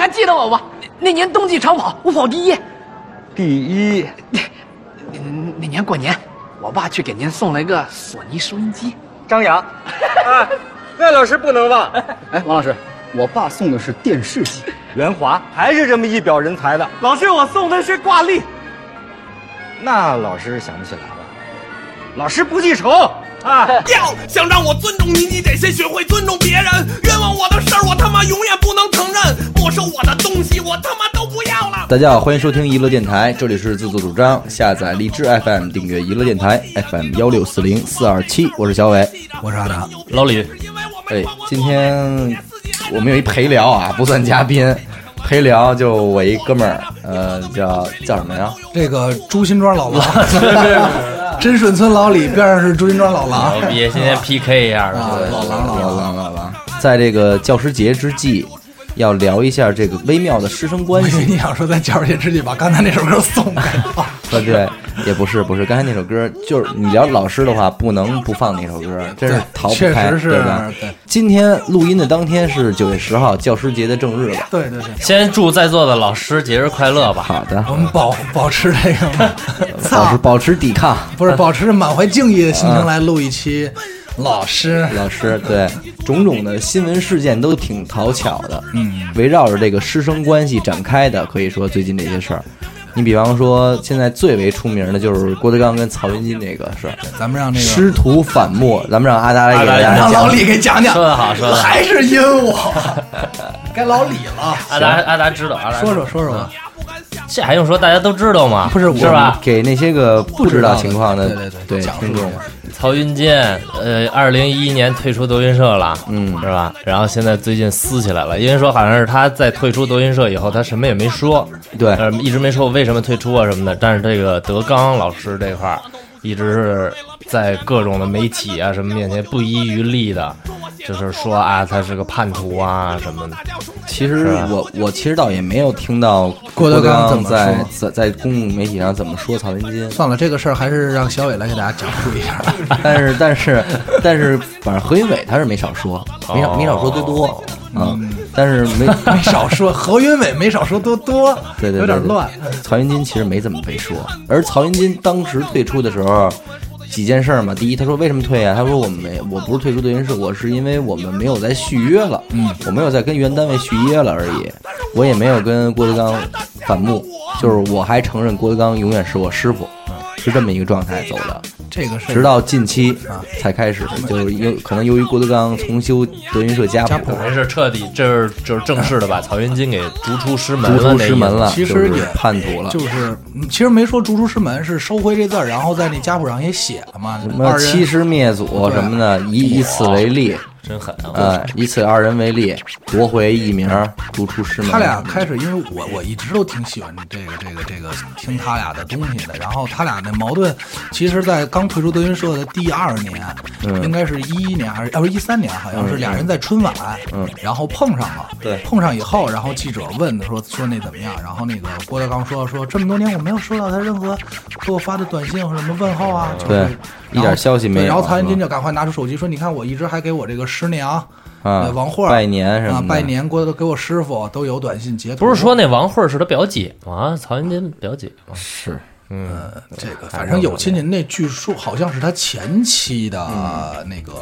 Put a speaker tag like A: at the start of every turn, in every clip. A: 还记得我吧？那年冬季长跑，我跑第一。
B: 第一，
A: 那那年过年，我爸去给您送了一个索尼收音机。
C: 张扬，哎，赖老师不能忘，
B: 哎，王老师，我爸送的是电视机。
C: 袁华还是这么一表人才的。
D: 老师，我送的是挂历。
C: 那老师想不起来了，老师不记仇啊。
E: 要想让我尊重你，你得先学会尊重别人。冤枉我的事儿，我他妈永远不能承认。没收我的东西，我他妈都不要了。
F: 大家好，欢迎收听娱乐电台，这里是自作主张，下载荔枝 FM 订阅娱乐电台 FM 幺六四零四二七，我是小伟。
E: 我是阿达，
F: 老李哎，今天我们有一陪聊啊，不算嘉宾，陪聊就我一哥们儿，呃，叫叫什么呀？
G: 这个朱辛庄老狼，真顺村老李边上是朱辛庄老狼
H: 牛逼，今天 PK 一下
G: 啊，
H: 吧。
G: 老狼老
F: 老
G: 狼。
F: 狼老狼，在这个教师节之际，要聊一下这个微妙的师生关
G: 我以为
F: 系。
G: 你想说在教师节之际把刚才那首歌送哦给我，
F: 啊，对，也不是不是，刚才那首歌就是你聊老师的话，不能不放那首歌，真是
G: 对
F: 逃不
G: 确
F: 开，
G: 实是
F: 对吧？
G: 对
F: 今天录音的当天是九月十号，教师节的正日了。
G: 对对对，
H: 先祝在座的老师节日快乐吧！
F: 好的，
G: 我们保保持这个嘛，
F: 保持保持抵抗，
G: 不是保持满怀敬意的心情来录一期老师。
F: 老师对种种的新闻事件都挺讨巧的，嗯，围绕着这个师生关系展开的，可以说最近这些事儿。你比方说，现在最为出名的就是郭德纲跟曹云金这个事儿，
G: 咱们让那个
F: 师徒反目。咱们让阿达来给大家
G: 让
F: 讲
G: 老李给讲讲，
H: 说得好说得 好
G: 还是因我，该老李了。
H: 阿达阿达知道，阿达知道
G: 说说说说吧，
H: 这还用说？大家都知道吗？
G: 不是我
H: 是吧？
F: 给那些个不知道情况的
G: 对对对讲述
F: 听众，
H: 曹云金，呃，二零一一年退出德云社了，嗯，是吧？然后现在最近撕起来了，因为说好像是他在退出德云社以后，他什么也没说，
F: 对
H: 呃，一直没说我为什么退出啊什么的。但是这个德纲老师这块儿，一直是在各种的媒体啊什么面前不遗余力的，就是说啊，他是个叛徒啊什么的。
F: 其实我我其实倒也没有听到
G: 郭
F: 德
G: 德纲怎么
F: 在
G: 说，
F: 在在公共媒体上怎么说曹云金
G: 算了，这个事儿还是让小伟来给大家讲述一下。
F: 但是但是但是，反正何云伟他是没少说，没少没少说最多，哦嗯，但是没
G: 没少说，何云伟没少说多多，
F: 对对对
G: 有点乱。。
F: 对曹云金其实没怎么被说，而曹云金当时退出的时候。几件事儿嘛，第一，他说为什么退啊？他说我们没，我不是退出德云社，我是因为我们没有再续约了，嗯，我没有再跟原单位续约了而已，我也没有跟郭德纲反目，就是我还承认郭德纲永远是我师傅，是这么一个状态走的，
G: 这个是啊
F: 直到近期才开始，就是由可能由于郭德纲重修德云社家
G: 家
F: 谱
G: 谱，
H: 没事，彻底这是就是正式的把曹云金给逐出师门
F: 逐
H: 了，
F: 出师门了，
G: 其
F: 就
G: 实
F: 是
G: 也
F: 叛徒了，
G: 就是嗯其实没说逐出师门，是收回这字儿，然后在那家谱上也写了嘛
F: 什。
G: 二
F: 么
G: 人哦
F: 欺师灭祖什么的，以以此为例，
H: 真狠啊！
F: 呃，以此二人为例，夺回艺名，逐出师门。
G: 他俩开始，因为我我一直都挺喜欢这个这个这个听他俩的东西的。然后他俩那矛盾，其实，在刚退出德云社的第二年，
F: 嗯
G: 应该是一一年还是要不一三年，好像是俩人在春晚，然后碰上了，
F: 嗯对
G: 碰上以后，然后记者问说说那怎么样？然后那个郭德纲说说这么多年我没有收到他任何给我发的短信或什么问候啊，就是
F: 对
G: 然后
F: 一点消息没有
G: 对然后曹云金
F: 是吧
G: 就赶快拿出手机说，你看我一直还给我这个师娘
F: 啊
G: 呃王慧儿
F: 拜年什么
G: 啊
F: 的
G: 拜年郭德给我师傅都有短信截图，
H: 不是说那王慧儿是他表姐吗？啊曹云金表姐吗？
F: 是
G: 这个，反正有亲戚那据说好像是他前妻的那个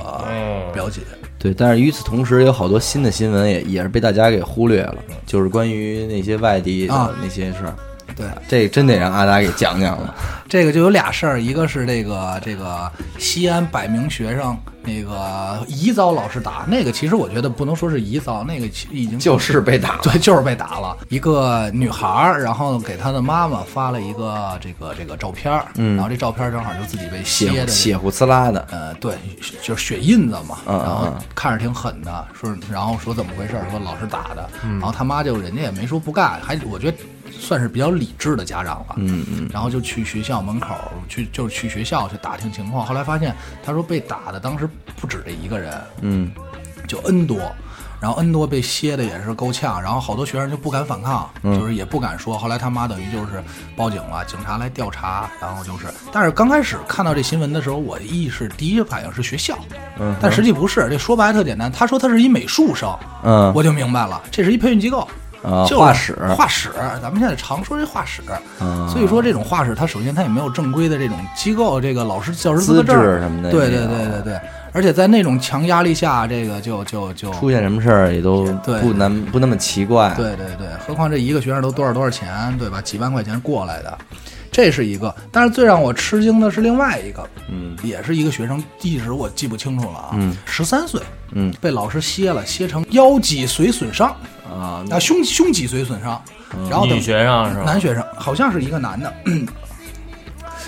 G: 表姐，
F: 对，但是与此同时，有好多新的新闻也也是被大家给忽略了，就是关于那些外地
G: 啊
F: 的那些事儿。
G: 对，
F: 这真得让阿达给讲讲了。
G: 这个就有俩事儿，一个是这个这个西安百名学生那个疑遭老师打，那个其实我觉得不能说是疑遭，那个其已经
F: 就是被打了
G: 对，就是被打了。一个女孩儿，然后给她的妈妈发了一个这个这个照片儿，
H: 嗯
G: 然后这照片儿正好就自己被
F: 血
G: 歇
F: 乎
G: 的
F: 血呼呲啦的，
G: 呃，对，就是血印子嘛，
F: 嗯
G: 然后
F: 嗯嗯
G: 看着挺狠的，说，然后说怎么回事儿，说老师打的，
F: 嗯
G: 然后他妈就人家也没说不干，还我觉得算是比较理智的家长了，嗯嗯，然后就去学校门口儿去，就是去学校去打听情况，后来发现他说被打的当时不止这一个人，
F: 嗯，
G: 就 N 多，然后 N 多被歇的也是够呛，然后好多学生就不敢反抗，
F: 嗯
G: 就是也不敢说。后来他妈等于就是报警了，警察来调查，然后就是，但是刚开始看到这新闻的时候，我意识第一反应是学校，嗯，但实际不是。这说白了特简单，他说他是一美术生，
F: 嗯
G: 我就明白了，这是一培训机构。
F: 啊，
G: 就是
F: 画室啊
G: 画室，咱们现在常说这画室，所以说这种画室，它首先它也没有正规的这种机构，这个老师教师资格证
F: 资质什么的也
G: 对
F: 没
G: 对
F: 有
G: 对对对，而且在那种强压力下，这个就就就
F: 出现什么事儿也都
G: 对
F: 不难不那么奇怪。
G: 对对对，何况这一个学生都多少多少钱，对吧？几万块钱过来的，这是一个。但是最让我吃惊的是另外一个，嗯，也是一个学生，一时我记不清楚了啊，嗯，十三岁，
F: 嗯，
G: 被老师歇了，歇成腰脊髓损伤啊，啊胸胸脊髓损伤，然后等
H: 女学生啊是吧？
G: 男学生好像是一个男的。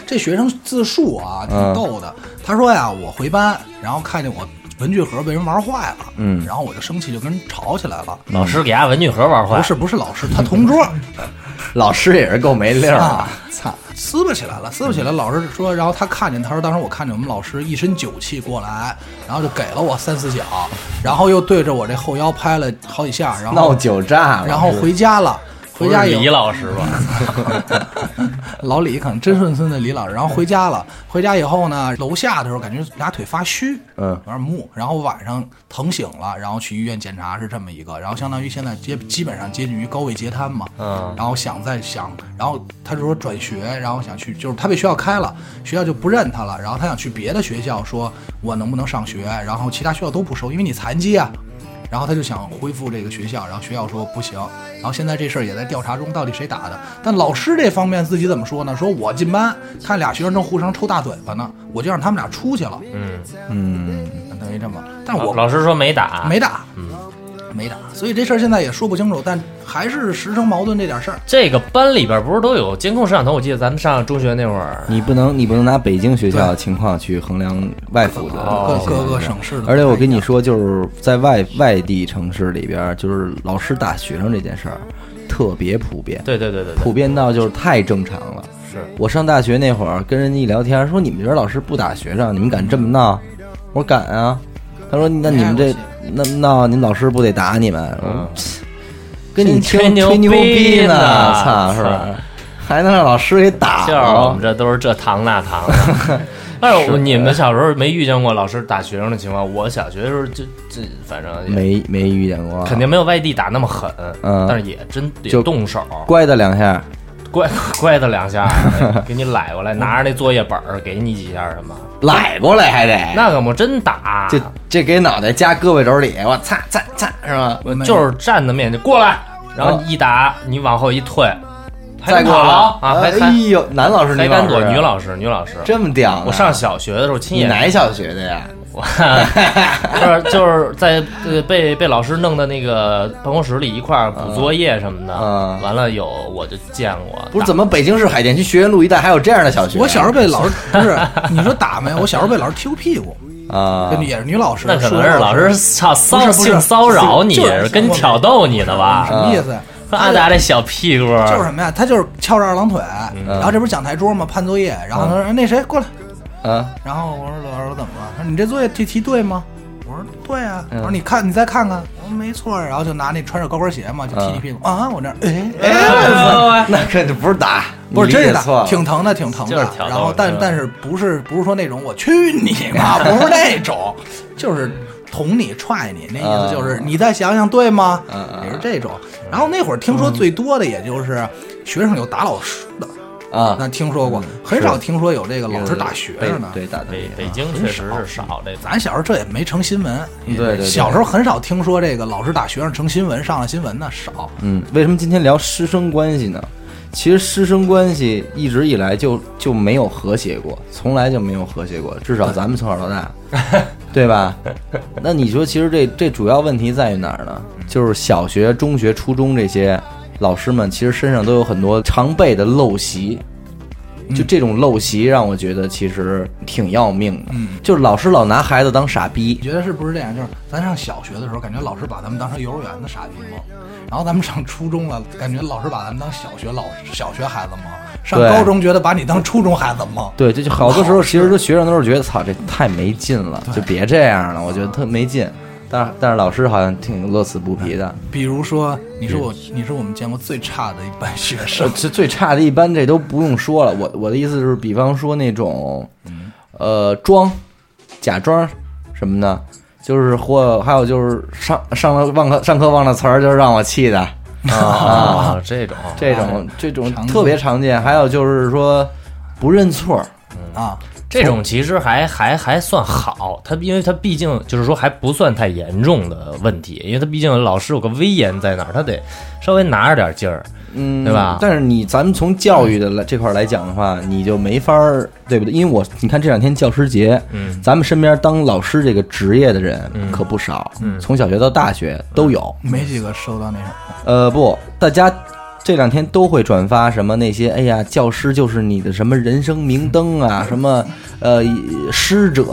G: 这学生自述啊，挺逗的。他说呀，我回班，然后看见我文具盒被人玩坏了，嗯，然后我就生气，就跟人吵起来了。
H: 老师给他文具盒玩坏，
G: 不是不是老师，他同 桌
F: 老师也是够没溜儿的
G: 啊，操，嗯撕巴起来了，撕巴起来。老师说，然后他看见，他说当时我看见我们老师一身酒气过来，然后就给了我三四脚，然后又对着我这后腰拍了好几下，然
F: 闹
G: 后
F: 酒炸了，
G: 然后回家了，回家
H: 不是
G: 有
H: 李老师吧？
G: 老李可能真顺孙的李老师，然后回家了。回家以后呢，楼下的时候感觉俩腿发虚，
F: 嗯
G: 有点木。然后晚上疼醒了，然后去医院检查是这么一个，然后相当于现在接基本上接近于高位截瘫嘛，
H: 嗯
G: 然后想再想，然后他就说转学，然后想去，就是他被学校开了，学校就不认他了，然后他想去别的学校，说我能不能上学？然后其他学校都不收，因为你残疾啊。然后他就想恢复这个学校，然后学校说不行，然后现在这事儿也在调查中，到底谁打的？但老师这方面自己怎么说呢？说我进班看俩学生正互相抽大嘴巴呢，我就让他们俩出去了，
H: 嗯，
G: 等于这么。但
H: 老
G: 我
H: 老师说没打，嗯
G: 没打，没打，所以这事儿现在也说不清楚，但还是师生矛盾这点事儿。
H: 这个班里边不是都有监控摄像头？我记得咱们上中学那会儿，
F: 你不能，你不能拿北京学校的情况去衡量外府的
H: 哦
G: 哦各各个
F: 情况
G: 省市的
F: 而且我
G: 不太
F: 跟
G: 一
F: 你
G: 样
F: 说，就是在外外地城市里边，就是老师打学生这件事儿特别普遍，
H: 对对对对
F: 普
H: 对，
F: 遍到就是太正常了。
H: 是
F: 我上大学那会儿跟人家一聊天，说你们这边老师不打学生，你们敢这么闹？我说敢啊。他说那你们这那闹，你们老师不得打你们？我说切跟你听
H: 嗯吹牛
F: 吹牛
H: 逼
F: 呢，
H: 呢
F: 操是
H: 操
F: 吧？还能让老师给打
H: 就是我
F: 了
H: 们？这都是这堂那堂的。但是我你们小时候没遇见过老师打学生的情况，我小学的时候就这反正也
F: 没没遇见过，
H: 肯定没有外地打那么狠，
F: 嗯
H: 但是也真也
F: 就
H: 动手，
F: 乖的两下。
H: 乖乖的两下， 给你揽过来，
F: 嗯
H: 拿着那作业本儿给你几下什么，
F: 揽过来还得，
H: 那可不真打，
F: 这这给脑袋夹胳膊肘里，我擦擦擦，是吧？
H: 我就是站的面就过来，然后一打你往后一退，还
F: 再
H: 敢
F: 过来
H: 跑啊，还
F: 哎
H: 还
F: 呦，男老师
H: 还
F: 女
H: 敢
F: 老
H: 躲
F: 师，
H: 女老师，女老师。
F: 这么屌呢？
H: 我上小学的时候亲
F: 你
H: 眼
F: 哪小学的呀？
H: 我不是 就是在呃被被老师弄的那个办公室里一块儿补作业什么的，
F: 嗯
H: 完了有我就见过，
F: 不是怎么北京市海淀区学院路一带还有这样的小学？啊
G: 我小时候被老师不是你说打没有？我小时候被老师踢过屁 股，
F: 候啊
G: 就，也是女老师，
H: 那可
G: 数
H: 能
G: 学
H: 是老师操
G: 不
H: 骚
G: 是不是
H: 性骚扰你
G: 就是，嗯
H: 跟你挑逗你的
G: 什
H: 吧？嗯
G: 么意思呀？
H: 说阿达这小屁股，
G: 就是什么呀？他就是翘着二郎腿，
H: 嗯
G: 然后这不是讲台桌吗？判作业，然后他说那谁过来，
H: 嗯
F: 啊，
G: 然后我说老师我怎么了？他说你这作业题题对吗？我说对啊。
H: 嗯
G: 我说你看你再看看，我说没错儿。然后就拿那穿着高跟鞋嘛，就
H: 嗯
G: 踢你屁股啊！我那儿哎哎，
F: 那可就不是打，
G: 不是
F: 你理
G: 真
F: 解
G: 是
F: 错
G: 的，
F: 了
G: 挺疼的，挺疼
H: 就是
G: 的。
H: 挑逗
G: 然后但
H: 是吧
G: 但是不是不是说那种我去你妈，不是那 种，就是捅你踹你，那意思
F: 啊
G: 就是你再想想对吗？
F: 嗯
G: 也是这种。然后那会儿听说最多的也就是学生有打老师的。
F: 啊，
G: 那听说过，很少听说有这个老师打学
F: 被
G: 生的。
F: 对打的
H: 北北京确实是少这咱
G: 咱小时候这也没成新闻，
F: 对对对
G: 小时候很少听说这个老师打学生成新闻，上了新闻呢少。
F: 嗯，为什么今天聊师生关系呢？其实师生关系一直以来就就没有和谐过，从来就没有和谐过，至少咱们从小到大，对吧？那你说，其实这这主要问题在于哪儿呢？就是小学、中学、初中这些老师们，其实身上都有很多常备的陋习。就这种陋习让我觉得其实挺要命的，就是老师老拿孩子当傻逼
G: 你，觉得是不是这样？就是咱上小学的时候，感觉老师把咱们当成幼儿园的傻逼吗？然后咱们上初中了，感觉老师把咱们当小学老师小学孩子吗？上
F: 对
G: 高中觉得把你当初中孩子吗？
F: 对，这就好多时候，其实都学生都是觉得，操，这太没劲了，就别这样了，我觉得特没劲。但是但是老师好像挺乐此不疲的。。
G: 比如说，你是我，你是我们见过最差的一班学生
F: 这最差的一般这都不用说了。我我的意思就是，比方说那种，
G: 嗯
F: 呃，装、假装什么的，就是或还有就是上上了忘课上课忘了词儿，就是让我气的。
H: 啊，这种
F: 这种这种
G: 哎常见
F: 特别常见。还有就是说不认错，呃
G: 啊，
H: 这种其实还还还算好，他因为他毕竟就是说还不算太严重的问题，因为他毕竟老师有个威严在那儿，他得稍微拿着点劲儿，
F: 嗯，
H: 对吧
F: 但是你咱们从教育的来这块儿来讲的话，你就没法儿，对不对？因为我你看这两天教师节，
H: 嗯
F: 咱们身边当老师这个职业的人可不少，
H: 嗯
F: 从小学到大学都有。
G: 没几个受到那什么。
F: 呃，不，大家这两天都会转发什么那些，哎呀，教师就是你的什么人生明灯啊，
G: 嗯
F: 什么呃师者，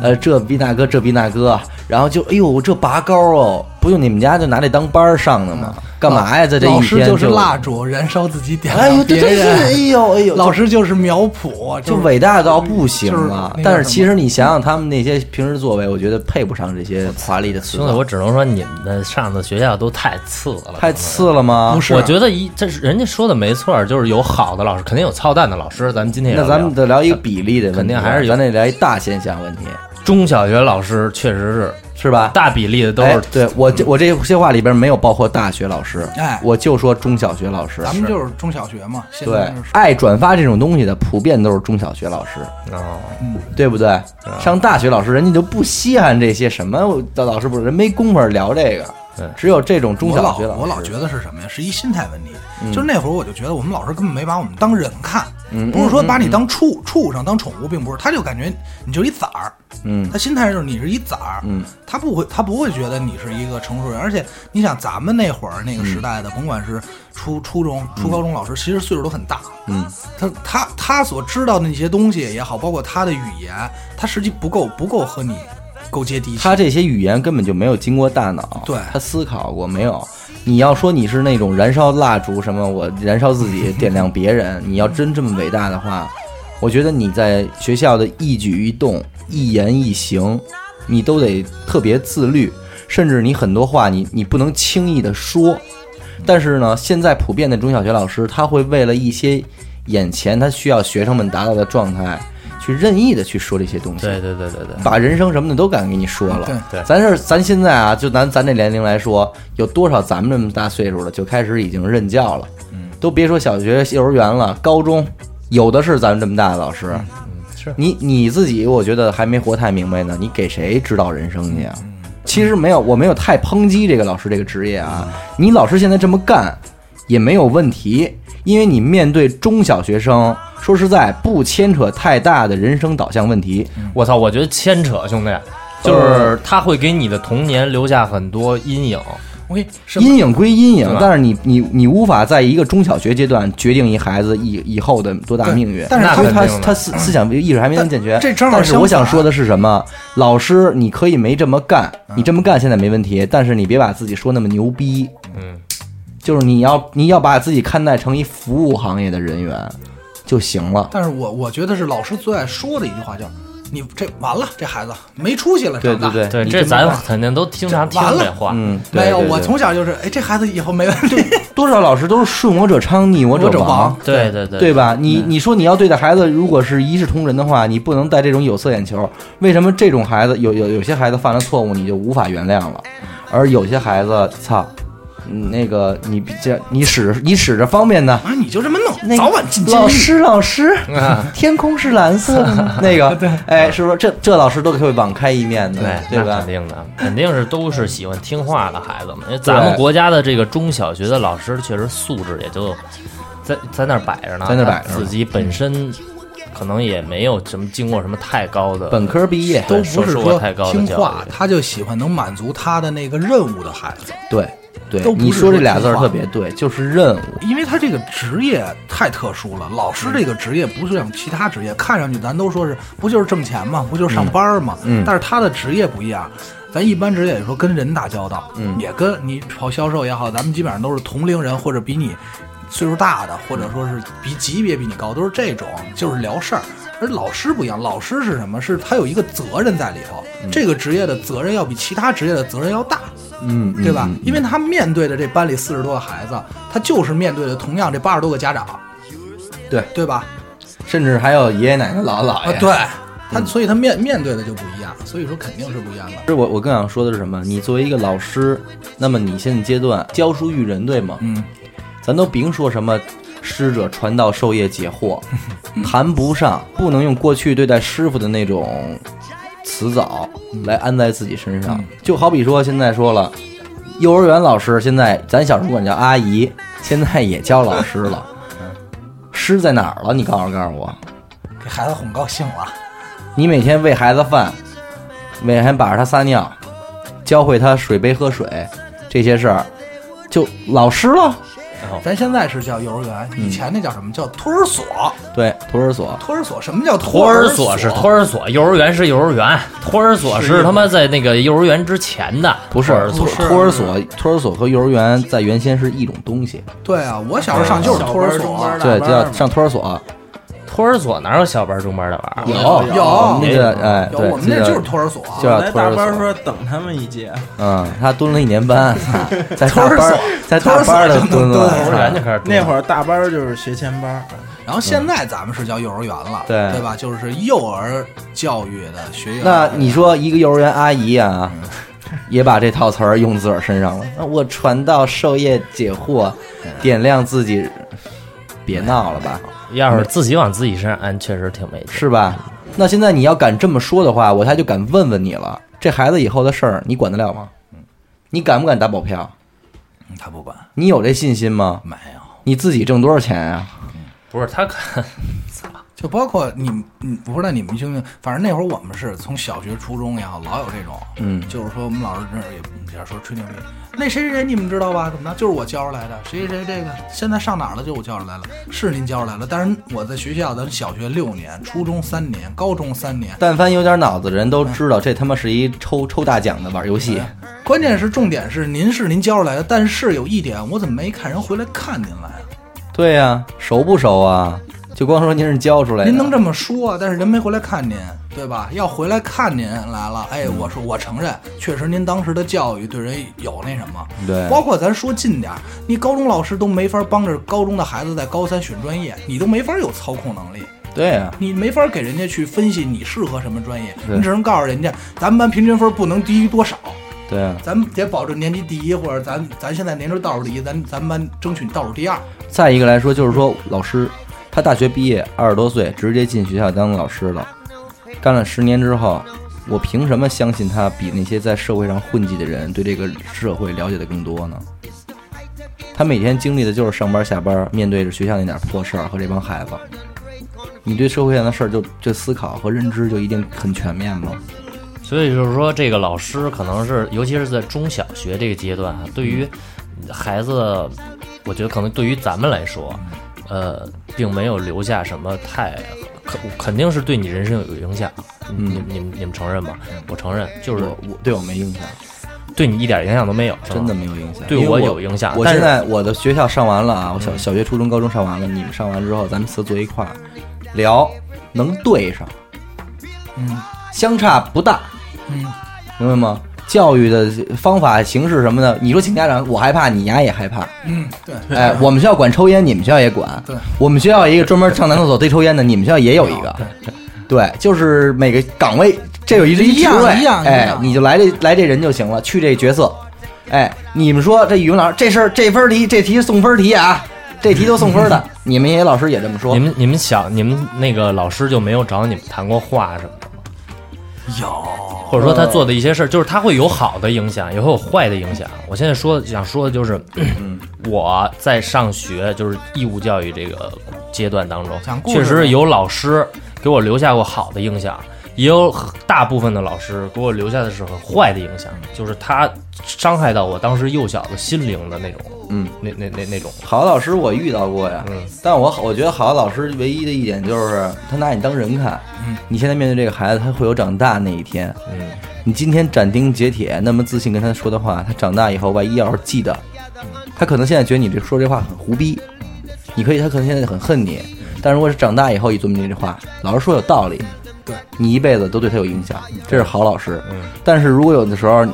F: 呃这逼那哥这逼那哥，然后就哎呦这拔高哦，不就你们家就拿这当班儿上的吗？干嘛呀，在这一
G: 嗯老师
F: 天
G: 就是蜡烛，燃烧自己，点
F: 哎
G: 亮
F: 呦，这
G: 别
F: 真是哎
G: 人。
F: 呦哎呦，
G: 老师就是苗圃，
F: 就是伟大到不行啊！
G: 就是那个
F: 但
G: 什
F: 是
G: 么
F: 其实你想想他们那些平时作为，我觉得配不上这些华丽的词
H: 兄弟，
F: 藻。
H: 我只能说你们的上的学校都太次了，
F: 太啊次了吗
G: 不？是
H: 我觉得一这是啊人家说的没错儿，就是有好的老师，肯定有操蛋的老师。咱们今天也
F: 那
H: 要
F: 咱们
H: 聊
F: 得聊一个比例的问题啊，
H: 肯定还是有
F: 咱得聊一大现象问题，
H: 中小学老师确实是
F: 是吧？
H: 大比例的都
F: 哎
H: 是
F: 对我这我这些话里边没有包括大学老师，
G: 哎
F: 我就说中小学老师。
G: 咱们就是中小学嘛，现
F: 对
G: 在就是
F: 爱转发这种东西的，普遍都是中小学老师，嗯
H: 哦，啊
F: 对不对？上大学老师人家就不稀罕这些什么的老师，不是人没工夫聊这个
H: 对，
F: 只有这种中
G: 我
F: 小
G: 老
F: 学老师。嗯
G: 我老觉得是什么呀？是一心态问题。就是那会儿我就觉得我们老师根本没把我们当人看，不是说
F: 嗯
G: 把你当畜畜生当宠物，并不是，他就感觉你就是一崽儿。
F: 嗯
G: 他心态就是你是一崽儿，
F: 嗯
G: 他不会他不会觉得你是一个成熟人，而且你想咱们那会儿那个时
F: 嗯
G: 代的，甭管是初初中、初高中老师，其实岁数都很大，
F: 嗯，
G: 他他他所知道的那些东西也好，包括他的语言，他实际不够不够和你够接地气。
F: 他这些语言根本就没有经过大脑，
G: 对
F: 他思考过没有？你要说你是那种燃烧蜡烛什么，我燃烧自己点亮别人，你要真这么伟大的话，我觉得你在学校的一举一动、一言一行，你都得特别自律，甚至你很多话你你不能轻易的说。但是呢，现在普遍的中小学老师，他会为了一些眼前他需要学生们达到的状态，去任意的去说这些东西。
H: 对对对对对，
F: 把人生什么的都敢给你说了。
G: 对
H: 对
F: 咱是咱现在啊，就拿咱这年龄来说，有多少咱们这么大岁数了，就开始已经任教了？嗯，都别说小学、幼儿园了，高中有的是咱们这么大的老师。
H: 是
F: 你你自己，我觉得还没活太明白呢。你给谁指导人生去啊？其实没有，我没有太抨击这个老师这个职业啊。你老师现在这么干也没有问题，因为你面对中小学生，说实在不牵扯太大的人生导向问题。
H: 我操，我觉得牵扯兄弟，
F: 哦
H: 就是他会给你的童年留下很多阴影。
G: 我给什么
F: 阴影归阴
H: 对
F: 影
H: 吧，
F: 但是你你你无法在一个中小学阶段决定一孩子以以后的多大命运，
G: 但是
H: 那
F: 因为他
H: 肯定的
F: 他思思 想意识还没能健全。
G: 但这正好
F: 但是我
G: 相
F: 想
G: 反
F: 说的是什么？老师，你可以没这么干，你这么干现在没问题，但是你别把自己说那么牛逼。
H: 嗯，
F: 就是你要你要把自己看待成一服务行业的人员就行了。
G: 但是我我觉得是老师最爱说的一句话，叫“你这完了，这孩子没出息了，
F: 对
G: 长大
F: 对对
H: 对，
F: 你
H: 这
F: 这么
H: 咱
F: 干
H: 肯定都经常听
G: 完了
H: 这话。
F: 嗯，对
G: 没有，
F: 对
G: 我
F: 对
G: 从小就是，哎，这孩子以 后没问题。
F: 多少老师都是顺我者昌，逆我
G: 我者
F: 亡
G: 亡。
H: 对对对嗯
F: 对吧？你你说你要对待孩子，如果是一视同仁的话，你不能戴这种有色眼球。为什么这种孩子有有有些孩子犯了错误，你就无法原谅了，
H: 嗯
F: 而有些孩子，操，嗯那个你这你使你使着方便呢，
G: 啊，你就这么弄，
F: 那个
G: 早晚进监
F: 老
G: 狱。
F: 师，老师，
H: 啊
F: 天空是蓝色的吗，那 个，对，哎，是不是这这老师都会网开一面的，对
H: 那
F: 吧
H: 肯？定的，肯定是都是喜欢听话的孩子嘛。因为咱们国家的这个中小学的老师确实素质也就在在那儿摆着呢，
F: 在那儿摆着呢
H: 他自己本身可能也没有什么经过什么太高的
F: 本科毕业，
G: 都不是
H: 受过
G: 说
H: 太高的
G: 听
H: 教育
G: 话，他就喜欢能满足他的那个任务的孩子，
F: 对对
G: 都，不是
F: 你说这俩
G: 说
F: 字儿
G: 听话
F: 特别对，就是任务。
G: 因为他这个职业太特殊了。老师这个职业不是像其他职业，看上去咱都说是不就是挣钱嘛，不就是上班嘛。
F: 嗯
G: 但是他的职业不一样，咱一般职业也说跟人打交道，
F: 嗯
G: 也跟你跑销售也好，咱们基本上都是同龄人或者比你岁数大的，或者说是比级别比你高，都是这种，就是聊事儿。而老师不一样，老师是什么？是他有一个责任在里头，这个职业的责任要比其他职业的责任要大。
F: 嗯，嗯
G: 对吧
F: 嗯？
G: 因为他面对的这班里四十多个孩子，他就是面对的同样这八十多个家长，
F: 对哎
G: 对吧？
F: 甚至还有爷爷奶奶、姥姥姥
G: 啊
F: 爷，，
G: 对，他所以他面面对的就不一样，所以说肯定是不一样的。
F: 其实我我更想说的是什么？你作为一个老师，那么你现在阶段教书育人，对吗？
G: 嗯，
F: 咱都甭说什么师者传道授业解惑，
G: 嗯
F: 谈不上，不能用过去对待师傅的那种辞藻
G: 嗯
F: 来安在自己身上。就好比说现在说了，幼儿园老师现在咱小时候管叫阿姨，现在也叫老师 了。
G: 嗯
F: 师在哪儿了？你告诉告诉我。
G: 给孩子哄高兴了，
F: 你每天喂孩子饭，每天把着他撒尿，教会他水杯喝水，这些事儿，就老师了。
G: 咱现在是叫幼儿园，以前那叫什么叫托儿所？
F: 对，托儿所，
G: 托儿所什么叫
H: 托
G: 儿
H: 儿所是托儿所，幼儿园是幼儿园，托儿所是他妈在那个幼儿园之前的，
F: 不是
H: 托儿所
F: 托。托儿所，托儿所和幼儿园在原先是一种东西，
G: 对啊，我小时候上就是托儿所，
F: 对，叫上托儿所。
H: 托儿所哪有小班中班的玩意儿？啊
F: 有
G: 有
F: 我们那个哎，
G: 有
F: 对，
G: 我们那
F: 记得
G: 就是托儿所。
F: 就
D: 我
F: 叫
D: 来
F: 托
D: 大
F: 儿
D: 班
F: 所。
D: 说等他们一届，
F: 嗯，他蹲了一年 班，在大班
G: 托儿
F: 儿
G: 所，
F: 在大班儿的蹲
G: 托儿
F: 了
G: 所
H: 幼，儿园就开始
D: 那会儿大班就是学前班，
G: 然后现在咱们是叫幼儿园了，
F: 对
G: 对吧？就是幼儿教育的学院。
F: 那你说一个幼儿园阿姨啊，
G: 嗯
F: 也把这套词儿用自个儿身上了。那我传道授业解惑，
G: 嗯
F: 点亮自己，别闹了吧，
H: 要是自己往自己身上安，确实挺没劲。
F: 是吧？那现在你要敢这么说的话，我他就敢问问你了，这孩子以后的事儿你管得了吗？你敢不敢打保票？
G: 嗯他不管，
F: 你有这信心吗？
G: 没有。
F: 你自己挣多少钱啊呀、
H: 不是他看，
G: 就包括你们，嗯，我不知道你们听没听，反正那会儿我们是从小学、初中也好，老有这种，
F: 嗯
G: 就是说我们老师那儿也也说吹牛逼，那谁谁谁你们知道吧？怎么着？就是我教出来的，谁谁谁这个现在上哪儿了？就我教出来了，是您教出来了。但是我在学校，咱小学六年，初中三年，高中三年，
F: 但凡有点脑子的人都知道，这他妈是一抽抽大奖的玩儿游戏。
G: 关键是重点是您是您教出来的，但是有一点，我怎么没看人回来看您来啊？
F: 对呀、熟不熟啊？就光说您是教出来的，
G: 您能这么说，但是人没回来看您，对吧？要回来看您来了，哎，我说我承认，确实您当时的教育对人有那什么，
F: 对
G: 包括咱说近点儿，你高中老师都没法帮着高中的孩子在高三选专业，你都没法有操控能力。
F: 对啊呀、
G: 你没法给人家去分析你适合什么专业，
F: 对
G: 你只能告诉人家，咱们班平均分不能低于多少，
F: 对啊，
G: 咱们得保证年级第一，或者咱咱现在年级倒数第一，咱咱们班争取倒数第二。
F: 再一个来说，就是说老师，他大学毕业二十多岁，直接进学校当老师了，干了十年之后，我凭什么相信他比那些在社会上混迹的人对这个社会了解的更多呢？他每天经历的就是上班下班，面对着学校那点破事儿和这帮孩子，你对社会上的事儿就就思考和认知就一定很全面吗？
H: 所以就是说，这个老师可能是，尤其是在中小学这个阶段啊，对于孩子，我觉得可能对于咱们来说，呃，并没有留下什么太。肯肯定是对你人生有影响，你你你们你们承认吗？我承认，就是
F: 我我对我没影响，
H: 对你一点影响都没有，
F: 真的没有影响。
H: 啊对
F: 因为
H: 我有影响
F: 我
H: 但是嗯
F: 现在我的学校上完了啊，我小小学、初中、高中上完了，你们上完之后，咱们四坐一块儿聊，能对上，
G: 嗯，
F: 相差不大，
G: 嗯，
F: 明白吗？教育的方法、形式什么的，你说请家长，我害怕，你丫也害怕。
G: 嗯，对，
F: 哎，我们学校管抽烟，你们学校也管。
G: 对，
F: 我们学校有一个专门上男厕所逮抽烟的，你们学校也有一个。对，就是每个岗位这有一
G: 一
F: 职
G: 样
F: 位，
G: 一样一
F: 哎
G: 样，
F: 你就来这来这人就行了，去这角色。哎，你们说这语文老师这事儿这分儿题这题送分儿题啊，这题都送分儿 的，你们也老师也这么说
H: 你。们你们想你们那个老师就没有找你们谈过话什么的吗？有，或者说他做的一些事儿，就是他会有好的影响，也会有坏的影响。我现在说想说的就是，我在上学就是义务教育这个阶段当中
G: 讲，故事
H: 确实有老师给我留下过好的影响。也有很大部分的老师给我留下的是很坏的影响，就是他伤害到我当时幼小的心灵的那种，
F: 嗯，
H: 那那那那种，
F: 好的老师我遇到过呀，
H: 嗯
F: 但我我觉得好的老师唯一的一点就是他拿你当人看，你现在面对这个孩子，他会有长大那一天，
H: 嗯，
F: 你今天斩钉截铁那么自信跟他说的话，他长大以后万一要是记得，
H: 嗯
F: 他可能现在觉得你这说这话很胡逼，你可以，他可能现在很恨你，但如果是长大以后一琢磨你这话，老师说有道理，
G: 对
H: 嗯
F: 你一辈子都对他有影响，这是好老师。但是如果有的时候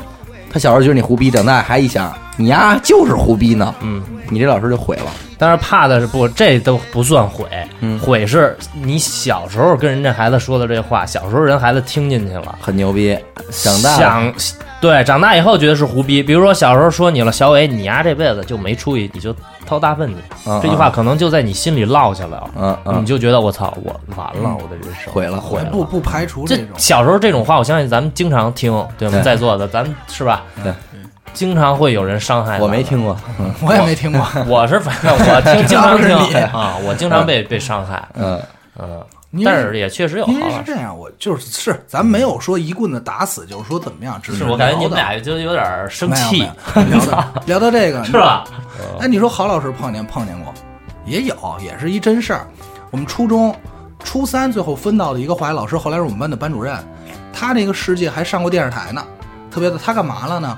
F: 他小时候觉得你胡逼，长大还一想你呀就是胡逼呢，嗯，你这老师就毁了。
H: 但是怕的是不，这都不算毁，
F: 嗯
H: 毁是你小时候跟人家孩子说的这话，小时候人孩子听进去了，
F: 很牛逼，长大了
H: 想对长大以后觉得是胡逼。比如说小时候说你了，小伟，你丫这辈子就没出息，你就掏大粪去。
F: 嗯
H: 这句话可能就在你心里落下了，
F: 嗯嗯
H: 你就觉得我操，我完了，我的人生
F: 毁了
H: 毁了。
G: 不不排除这
H: 这
G: 种。
H: 小时候这种话，我相信咱们经常听，对我们
F: 对
H: 在座的，咱们是吧？
F: 对，
H: 经常会有人伤害。
F: 我没，听过，嗯
G: 我也没听过。
H: 我是 反正我 听经常听
G: 主要是你
H: 啊，我经常被被伤害，
F: 嗯
H: 嗯，
G: 因为
H: 但是也确实有
G: 因
H: 好
G: 为
H: 老
G: 是
H: 师。
G: 这样，我就是是，咱没有说一棍子打死，就是说怎么样，只
H: 是
G: 聊
H: 我感觉你们
G: 到
H: 俩就有点生
G: 没有
H: 气，
G: 没有聊到聊到这个
H: 是？吧？
F: 哦
G: 哎，你说郝老师碰见碰见过，也有，也是一真事儿。我们初中初三最后分到了一个化学老师，后来是我们班的班主任，他那个事迹还上过电视台呢，特别的。他干嘛了呢？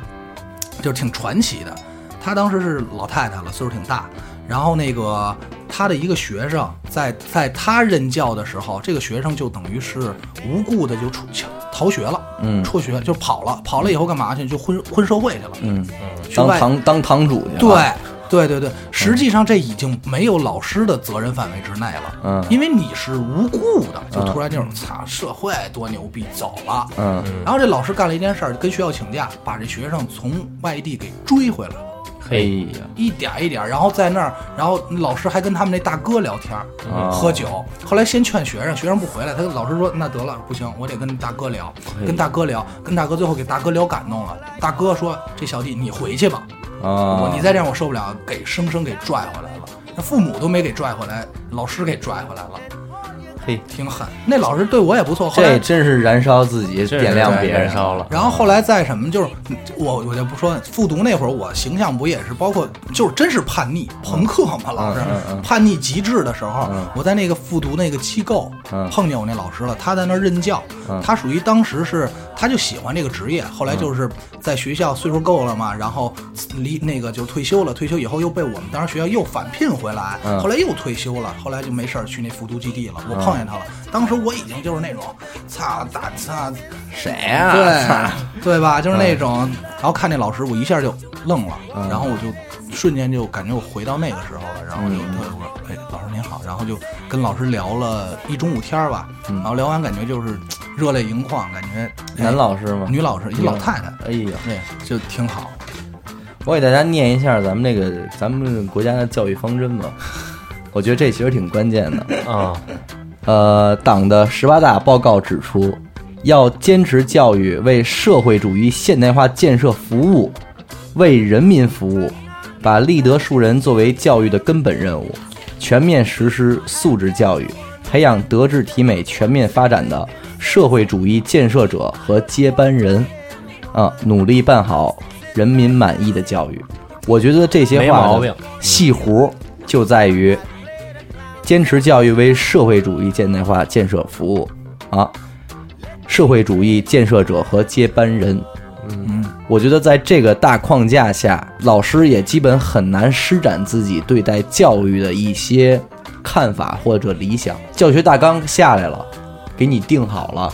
G: 就是挺传奇的。他当时是老太太了，岁数挺大。然后那个他的一个学生在 在他任教的时候，这个学生就等于是无故的就出逃学了，
F: 嗯
G: 辍学就跑了，跑了以后干嘛去？就混混社会去了，
F: 嗯，
G: 去
F: 当
G: 外
F: 堂当堂主去了，
G: 对，对对对，实际上这已经没有老师的责任范围之内了，
F: 嗯
G: 因为你是无故的，就
F: 嗯
G: 突然那种操社会多牛逼走了，
F: 嗯，
G: 然后这老师干了一件事儿，跟学校请假，把这学生从外地给追回来了。
F: 哎
H: 嘿，
F: 呀，
G: 一点儿一点儿，然后在那儿，然后老师还跟他们那大哥聊天儿、
F: 哦
G: 喝酒。后来先劝学生，学生不回来，他老师说那得了，不行，我得跟大哥聊，跟大哥聊，跟大哥最后给大哥聊感动了。大哥说这小弟你回去吧，我
F: 啊
G: 你，再这样我受不了，给生生给拽回来了。那父母都没给拽回来，老师给拽回来了，
F: 嘿，
G: 挺狠。那老师对我也不错。后
F: 这
G: 来，
F: 真是燃烧自己，
H: 这是
F: 点亮别
H: 燃
F: 人，
H: 烧了。
G: 然后后来在什么就是我我就不说复读那会儿，我形象不也是包括就是真是叛逆朋克嘛，老师、
F: 嗯嗯
G: 叛逆极致的时候，
F: 嗯
G: 我在那个复读那个机构、
F: 嗯
G: 碰见我那老师了，他在那儿任教，
F: 嗯
G: 他属于当时是他就喜欢这个职业，后来就是在学校岁数够了嘛，然后离那个就退休了，退休以后又被我们当时学校又返聘回来，
F: 嗯
G: 后来又退休了，后来就没事儿去那复读基地了，我碰见他了，
F: 嗯
G: 当时我已经就是那种操大操。
F: 谁呀？操嗯
G: 对，对吧？就是那种，然后看那老师，我一下就愣了，然后我就瞬间就感觉我回到那个时候了，然后就
F: 嗯
G: 特我说，哎，老师您好，然后就跟老师聊了一中午天儿吧，
F: 嗯
G: 然后聊完感觉就是热泪盈眶，感觉哎
F: 男老师吗？
G: 女老师一老太太，
F: 哎呀，
G: 对，就挺好。
F: 我给大家念一下咱们这个咱们国家的教育方针吧，我觉得这其实挺关键的。
H: 啊，
F: 呃，党的十八大报告指出，要坚持教育为社会主义现代化建设服务，为人民服务，把立德树人作为教育的根本任务，全面实施素质教育，培养德智体美全面发展的社会主义建设者和接班人，啊，努力办好人民满意的教育。我觉得这些
H: 没
F: 话
H: 毛
F: 的
H: 病
F: 细胡就在于坚持教育为社会主义现代化建设服务啊，社会主义建设者和接班人。嗯，我觉得在这个大框架下，老师也基本很难施展自己对待教育的一些看法或者理想。教学大纲下来了，给你定好了，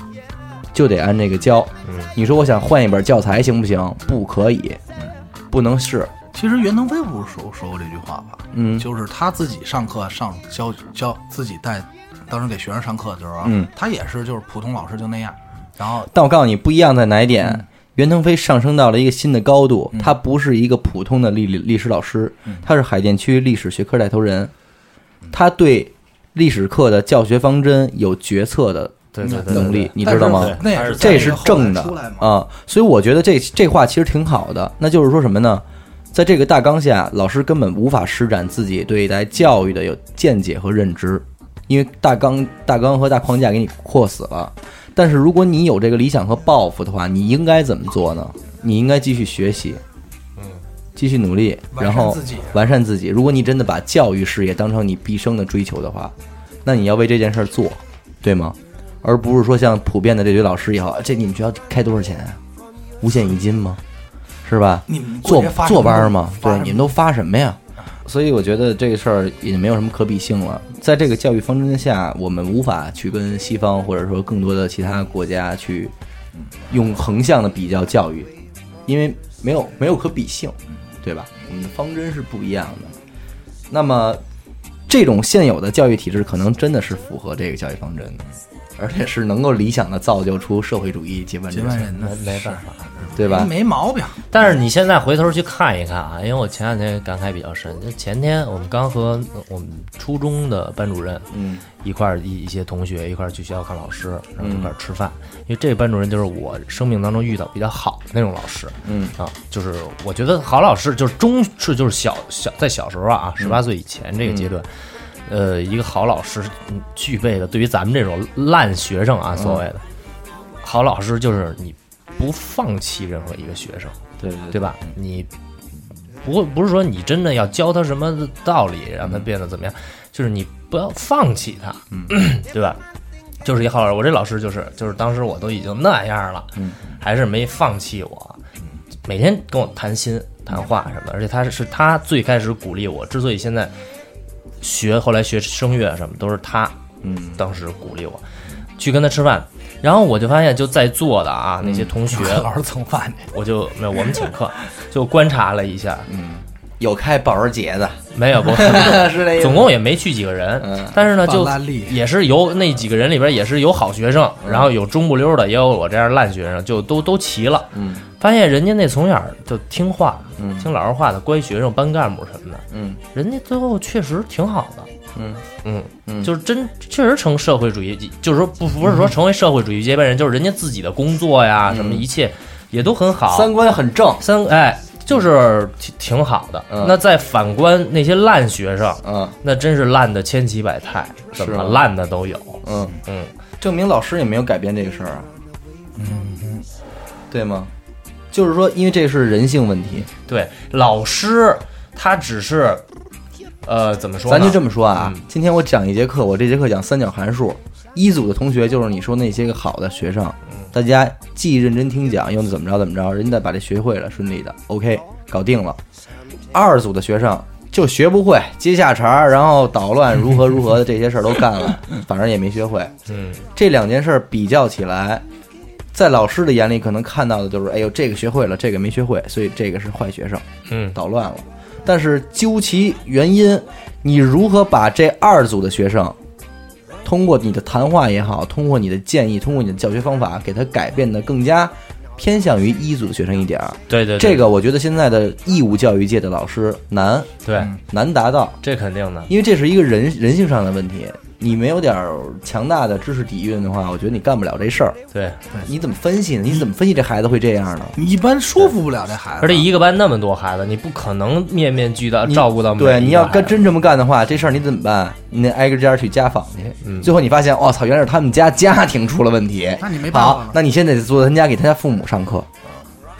F: 就得按这个教。你说我想换一本教材行不行？不可以，嗯不能试。
G: 其实袁腾飞不是说说过这句话吧？
F: 嗯
G: 就是他自己上课上教教自己带，当时给学生上课的时候，啊
F: 嗯
G: 他也是就是普通老师就那样，然后
F: 但我告诉你，不一样在哪一
H: 嗯
F: 点？袁腾飞上升到了一个新的高度，他不是一个普通的历历历史老师，
H: 嗯
F: 他是海淀区历史学科带头人，他对历史课的教学方针有决策的
H: 对对对对
F: 能力，你
G: 但
F: 知道
G: 是
F: 吗？
G: 那也是在
F: 这
G: 那
F: 是
G: 个后
F: 正
G: 来
F: 的
G: 出来嘛
F: 啊、所以我觉得这这话其实挺好的。那就是说什么呢？在这个大纲下，老师根本无法施展自己对待教育的有见解和认知，因为大纲、大纲和大框架给你括死了。但是如果你有这个理想和抱负的话，你应该怎么做呢？你应该继续学习，继续努力，
G: 嗯完善
F: 然后
G: 自己
F: 完善自己。如果你真的把教育事业当成你毕生的追求的话，那你要为这件事儿做，对吗？而不是说像普遍的这堆老师也好，这你们学校开多少钱啊？五险一金吗？是吧？
G: 你们过
F: 坐
G: 节发什么
F: 坐班儿吗？
G: 发
F: 对
G: 什，么
F: 你们都发什么呀？所以我觉得这个事儿也没有什么可比性了。在这个教育方针下，我们无法去跟西方或者说更多的其他国家去用横向的比较教育，因为没有没有可比性，对吧？我们的方针是不一样的。那么，这种现有的教育体制可能真的是符合这个教育方针的，而且是能够理想的造就出社会主义接班
G: 接
F: 人，
G: 班人呢？
H: 没办法。
F: 对吧？
G: 没毛病。
H: 但是你现在回头去看一看啊，因为我前两天感慨比较深，就前天我们刚和我们初中的班主任，
F: 嗯，
H: 一块儿一一些同学一块儿去学校看老师，然后一块儿吃饭。因为这个班主任就是我生命当中遇到比较好的那种老师，
F: 嗯
H: 啊，就是我觉得好老师就是中是就是小小在小时候啊，十八岁以前这个阶段。呃，一个好老师嗯具备的，对于咱们这种烂学生啊，所谓的、好老师，就是你不放弃任何一个学生，
F: 对对
H: 对吧？你不会不是说你真的要教他什么道理，让他变得怎么样，就是你不要放弃他， 对吧？就是一好老师，我这老师就是就是当时我都已经那样了，还是没放弃我，每天跟我谈心谈话什么的，而且他是是他最开始鼓励我，之所以现在学后来学声乐什么都是他，嗯，当时鼓励我去跟他吃饭。然后我就发现，就在座的啊那些同 学，
G: 老师蹭饭去，
H: 我就没有我们请客， 就观察了一下，
F: 有开保时捷的，
H: 没有不，
F: 是那意思
H: 总共也没去几个人，
F: 嗯
H: 但是呢，
G: 法
H: 就
G: 拉利
H: 也是有那几个人里边也是有好学生，
F: 嗯
H: 然后有中不溜的，也有我这样烂学生，就都都齐了。
F: 嗯，
H: 发现人家那从小就听话，
F: 嗯
H: 听老师话的乖学生、班干部什么的，
F: 嗯，
H: 人家最后确实挺好的。
F: 嗯
H: 嗯
F: 嗯
H: 就是真确实成社会主义，就是说不不是说成为社会主义接班人，就是人家自己的工作呀，什么一切也都很好。
F: 嗯三观很正，
H: 三哎，就是挺挺好的。
F: 嗯
H: 那再反观那些烂学生，
F: 嗯
H: 那真是烂的千奇百态，
F: 是
H: 怎
F: 吗
H: 么烂的都有。
F: 嗯，
H: 嗯，
F: 证明老师也没有改变这个事儿啊，嗯，对吗？就是说，因为这是人性问题，
H: 对，老师他只是，呃，怎么说嗯呢？
F: 咱就这么说啊，今天我讲一节课，我这节课讲三角函数。一组的同学就是你说那些个好的学生，
H: 嗯
F: 大家既认真听讲，又怎么着怎么着，人家把这学会了，顺利的，OK，搞定了。二组的学生就学不会接下茬儿，然后捣乱，如何如何的这些事儿都干 了，反正也没学会。
H: 嗯，
F: 这两件事儿比较起来，在老师的眼里可能看到的就是，哎呦，这个学会了，这个没学会，所以这个是坏学生。
H: 嗯
F: 捣乱了。但是究其原因，你如何把这二组的学生，通过你的谈话也好，通过你的建议，通过你的教学方法，给他改变的更加偏向于一组的学生一点儿？
H: 对对对
F: 这个我觉得现在的义务教育界的老师难
H: 对，
F: 难达到，
H: 这肯定的。
F: 因为这是一个人人性上的问题。你没有点儿强大的知识底蕴的话，我觉得你干不了这事儿。
H: 对，
F: 你怎么分析呢？你怎么分析这孩子会这样呢？
G: 你一般说服不了这孩子。
H: 而且一个班那么多孩子，你不可能面面俱到
F: 你
H: 照顾到每一个
F: 对，你要
H: 孩
F: 跟
H: 子
F: 真这么干的话，这事儿你怎么办？你得挨个家去家访去。
H: 嗯
F: 最后你发现，我、操，原来是他们家家庭出了问题。
G: 那你没办法
F: 好
G: 了，
F: 那你现在得坐他家给他家父母上课，
H: 嗯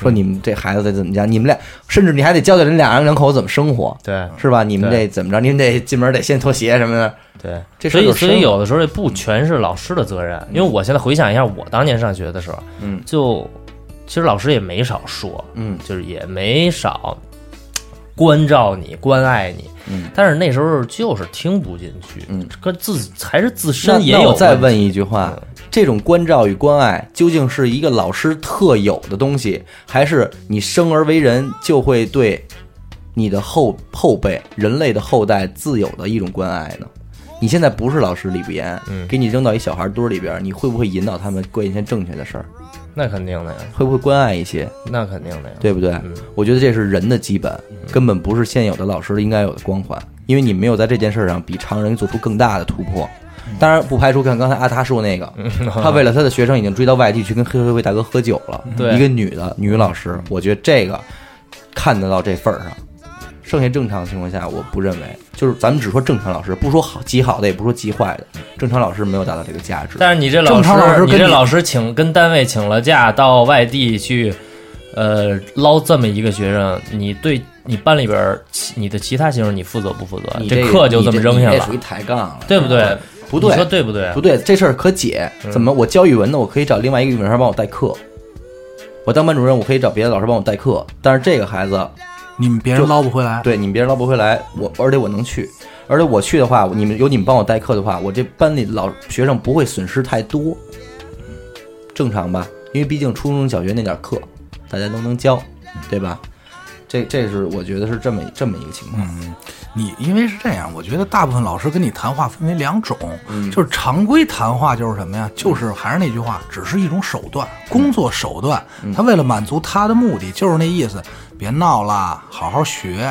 F: 说你们这孩子得怎么家，你们俩，甚至你还得教教人俩人两口子怎么生活，
H: 对
F: 是吧？你们
H: 对
F: 得怎么着？你们得进门得先脱鞋什么的。
H: 对，
F: 这事
H: 所
F: 儿
H: 以
F: 有深
H: 所以
F: 了嗯
H: 有的时候这不全是老师的责任，因为我现在回想一下我当年上学的时候，
F: 嗯
H: 就其实老师也没少说，
F: 嗯
H: 就是也没少关照你、关爱你，
F: 嗯，
H: 但是那时候就是听不进去，
F: 嗯，
H: 跟自还是自
F: 那
H: 身也
F: 那
H: 有嗯
F: 我再
H: 题
F: 问一句话：这种关照与关爱究竟是一个老师特有的东西，还是你生而为人就会对你的后后辈、人类的后代自有的一种关爱呢？你现在不是老师李不言，
H: 嗯
F: 给你扔到一小孩堆里边，你会不会引导他们做一些正确的事儿？
H: 那肯定的呀，
F: 会不会关爱一些？
H: 那肯定的呀，
F: 对不对？我觉得这是人的基本，
H: 嗯
F: 根本不是现有的老师应该有的光环，因为你没有在这件事上比常人做出更大的突破。
H: 嗯
F: 当然，不排除看刚才阿他说那个，他为了他的学生已经追到外地去跟黑社会大哥喝酒了。
H: 嗯对
F: 一个女的女老师，我觉得这个看得到这份儿上。剩下正常情况下，我不认为，就是咱们只说正常老师，不说好极好的，也不说极坏的，正常老师没有达到这个价值。
H: 但是你这老
G: 正
H: 师，
G: 常老师跟
H: 你这
G: 你
H: 老师请跟单位请了假到外地去，呃，捞这么一个学生，你对你班里边儿其你的其他学生你负责不负责？
F: 你
H: 这
F: 个
H: 课就这么扔下
F: 你这属于
H: 了，
F: 抬杠了，
H: 对不对？
F: 不对
H: 你说对不对？
F: 不对，这事儿可解。怎么？我教语文的，我可以找另外一个语文老师帮我代课；我当班主任，我可以找别的老师帮我代课。但是这个孩子，
G: 你们别人捞不回来，
F: 对你们别人捞不回来，我而且我能去，而且我去的话，你们有你们帮我代课的话，我这班里老学生不会损失太多，正常吧？因为毕竟初中小学那点课，大家都能教。对吧？这这是我觉得是这么这么一个情况。
G: 你因为是这样，我觉得大部分老师跟你谈话分为两种，就是常规谈话就是什么呀？就是还是那句话，只是一种手段，工作手段。他为了满足他的目的，就是那意思，别闹啦，好好学，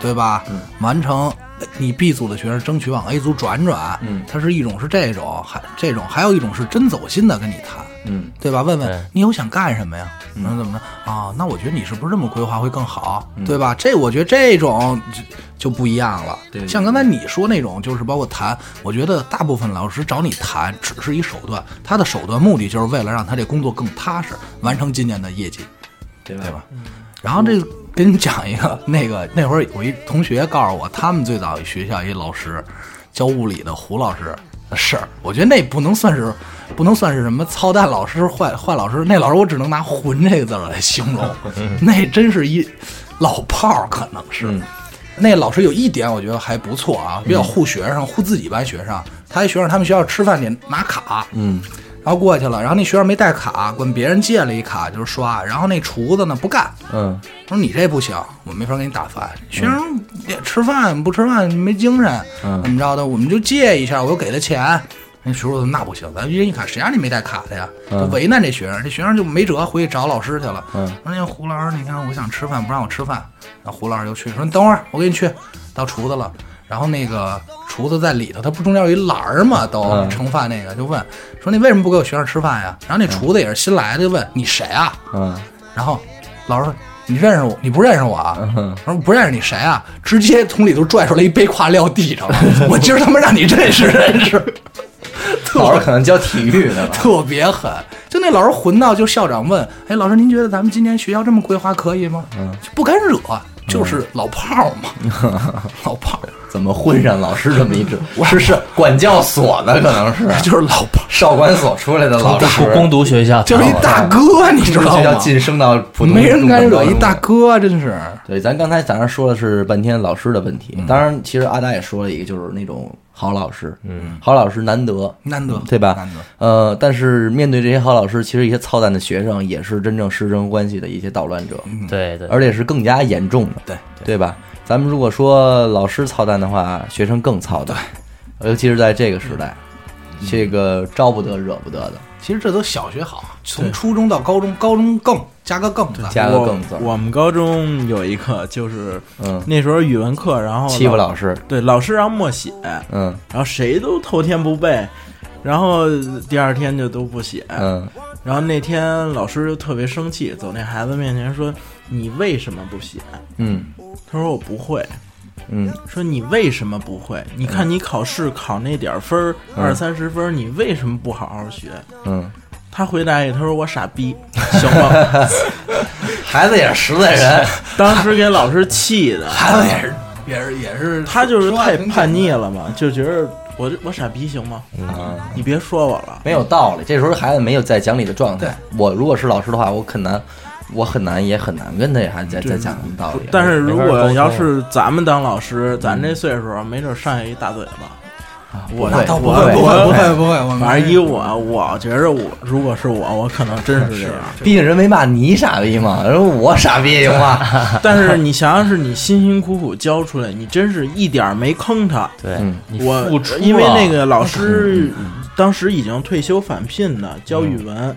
G: 对吧？完成。你 B 组的学生争取往 A 组转转，嗯，它是一种是这种，还这种，还有一种是真走心的跟你谈，嗯，对吧？问问你有想干什么呀？能怎么着啊？那我觉得你是不是这么规划会更好，对吧？这我觉得这种就就不一样了。对，像刚才你说那种，就是包括谈，我觉得大部分老师找你谈只是一手段，他的手段目的就是为了让他这工作更踏实，完成今年的业绩，对吧？嗯然后这个给你们讲一个，那个那会儿我一同学告诉我，他们最早一学校一老师教物理的胡老师的事儿，我觉得那不能算是不能算是什么操蛋老师、坏坏老师，那老师我只能拿“混”这个字儿来形容， 那真是一老炮儿，可能是。那老师有一点我觉得还不错啊，比较护学生，护自己班学生。他一学生他们学校吃饭得拿卡，嗯，然后过去了，然后那学生没带卡，管别人借了一卡就是刷，然后那厨子呢不干，
F: 嗯，
G: 说你这不行，我没法给你打饭。学生也吃饭不吃饭没精神，怎么着的？我们就借一下，我又给他钱。那学生说那不行，咱一人一卡，谁让你没带卡的呀？就为难这学生，这学生就没辙，回去找老师去了。嗯，说那胡老师，你看我想吃饭，不让我吃饭。那胡老师就去说，你等会儿，我给你去到厨子了。然后那个厨子在里头，他不中间有一栏儿嘛，都盛饭那个就问说你为什么不给我学生吃饭呀？然后那厨子也是新来的，就问你谁啊？
F: 嗯，
G: 然后老师说：“你认识我？你不认识我啊？”我说：“不认识你谁啊？”直接从里头拽出来一背胯撂地 上了。我今儿他妈让你认识认识，
F: 老师可能教体育的吧，
G: 特别狠。就那老师混到，就校长问：“哎，老师，您觉得咱们今年学校这么规划可以吗？”就不敢惹，就是老炮儿嘛，老炮儿。
F: 怎么混上老师这么一职？是是管教所的，可能是
G: 就是 老炮儿，
F: 少管所出来的老师，
H: 攻读学校，
G: 就是一大哥，你知
F: 就
G: 道
F: 要
G: 吗？
F: 晋升到普通，
G: 没人敢惹一大。哥，真是。
F: 对，咱刚才咱这说的是半天老师的问
G: 嗯
F: 题，当然，其实阿达也说了一个，就是那种好老师，嗯，好老师难得，
G: 难得
F: 对吧？
G: 难得。
F: 呃，但是面对这些好老师，其实一些操蛋的学生也是真正师生关系的一些捣乱者，
G: 嗯
H: 对对，
F: 而且是更加严重的，
G: 对
F: 对吧？咱们如果说老师操蛋的话，学生更操蛋，尤其是在这个时代，
D: 嗯
F: 这个招不得惹不得的，
G: 其实这都小学好，从初中到高中，高中更加个更字。
F: 加个更字儿，
D: 我们高中有一个，就是
F: 嗯，
D: 那时候语文课，然后
F: 欺负老师，
D: 对老师让默写，
F: 嗯
D: 然后谁都头天不背，然后第二天就都不写。
F: 嗯
D: 然后那天老师就特别生气，走那孩子面前说：“你为什么不写
F: 嗯？”
D: 他说：“我不会。”
F: 嗯，
D: 说你为什么不会？你看你考试考那点儿分儿，二三十分儿，你为什么不好好学？
F: 嗯，
D: 他回答一，他说我傻逼，行吗？
F: 孩子也是实在人，
D: 当时给老师气的，
G: 孩子 也是，也是，也是，
D: 他就是
G: 说话
D: 太
G: 挺简
D: 叛逆
G: 单。
D: 了嘛，就觉得我我傻逼行吗？你别说我了，
F: 没有道理。这时候孩子没有在讲理的状态。我如果是老师的话，我很难，我很难也很难跟他孩子再再讲什么道理。
D: 但是如
H: 没法沟
D: 果
H: 通
D: 要是咱们当老师，咱这岁数，没准上下一大嘴巴。我
F: 不会
G: 不会，
D: 我
G: 不会，不
D: 我
G: 会，不会，我们
D: 反正以我，我觉着我如果是我，我可能真是这样。
F: 毕竟人没骂你傻逼嘛，人说我傻逼行 吗？
D: 但是你想想，是你辛辛苦苦教出来，你真是一点儿没坑他。
H: 对
F: 嗯
H: 你
D: 我
H: 付出
D: 因为
H: 了嗯
D: 那个老师当时已经退休返聘了，教语
H: 嗯
D: 文。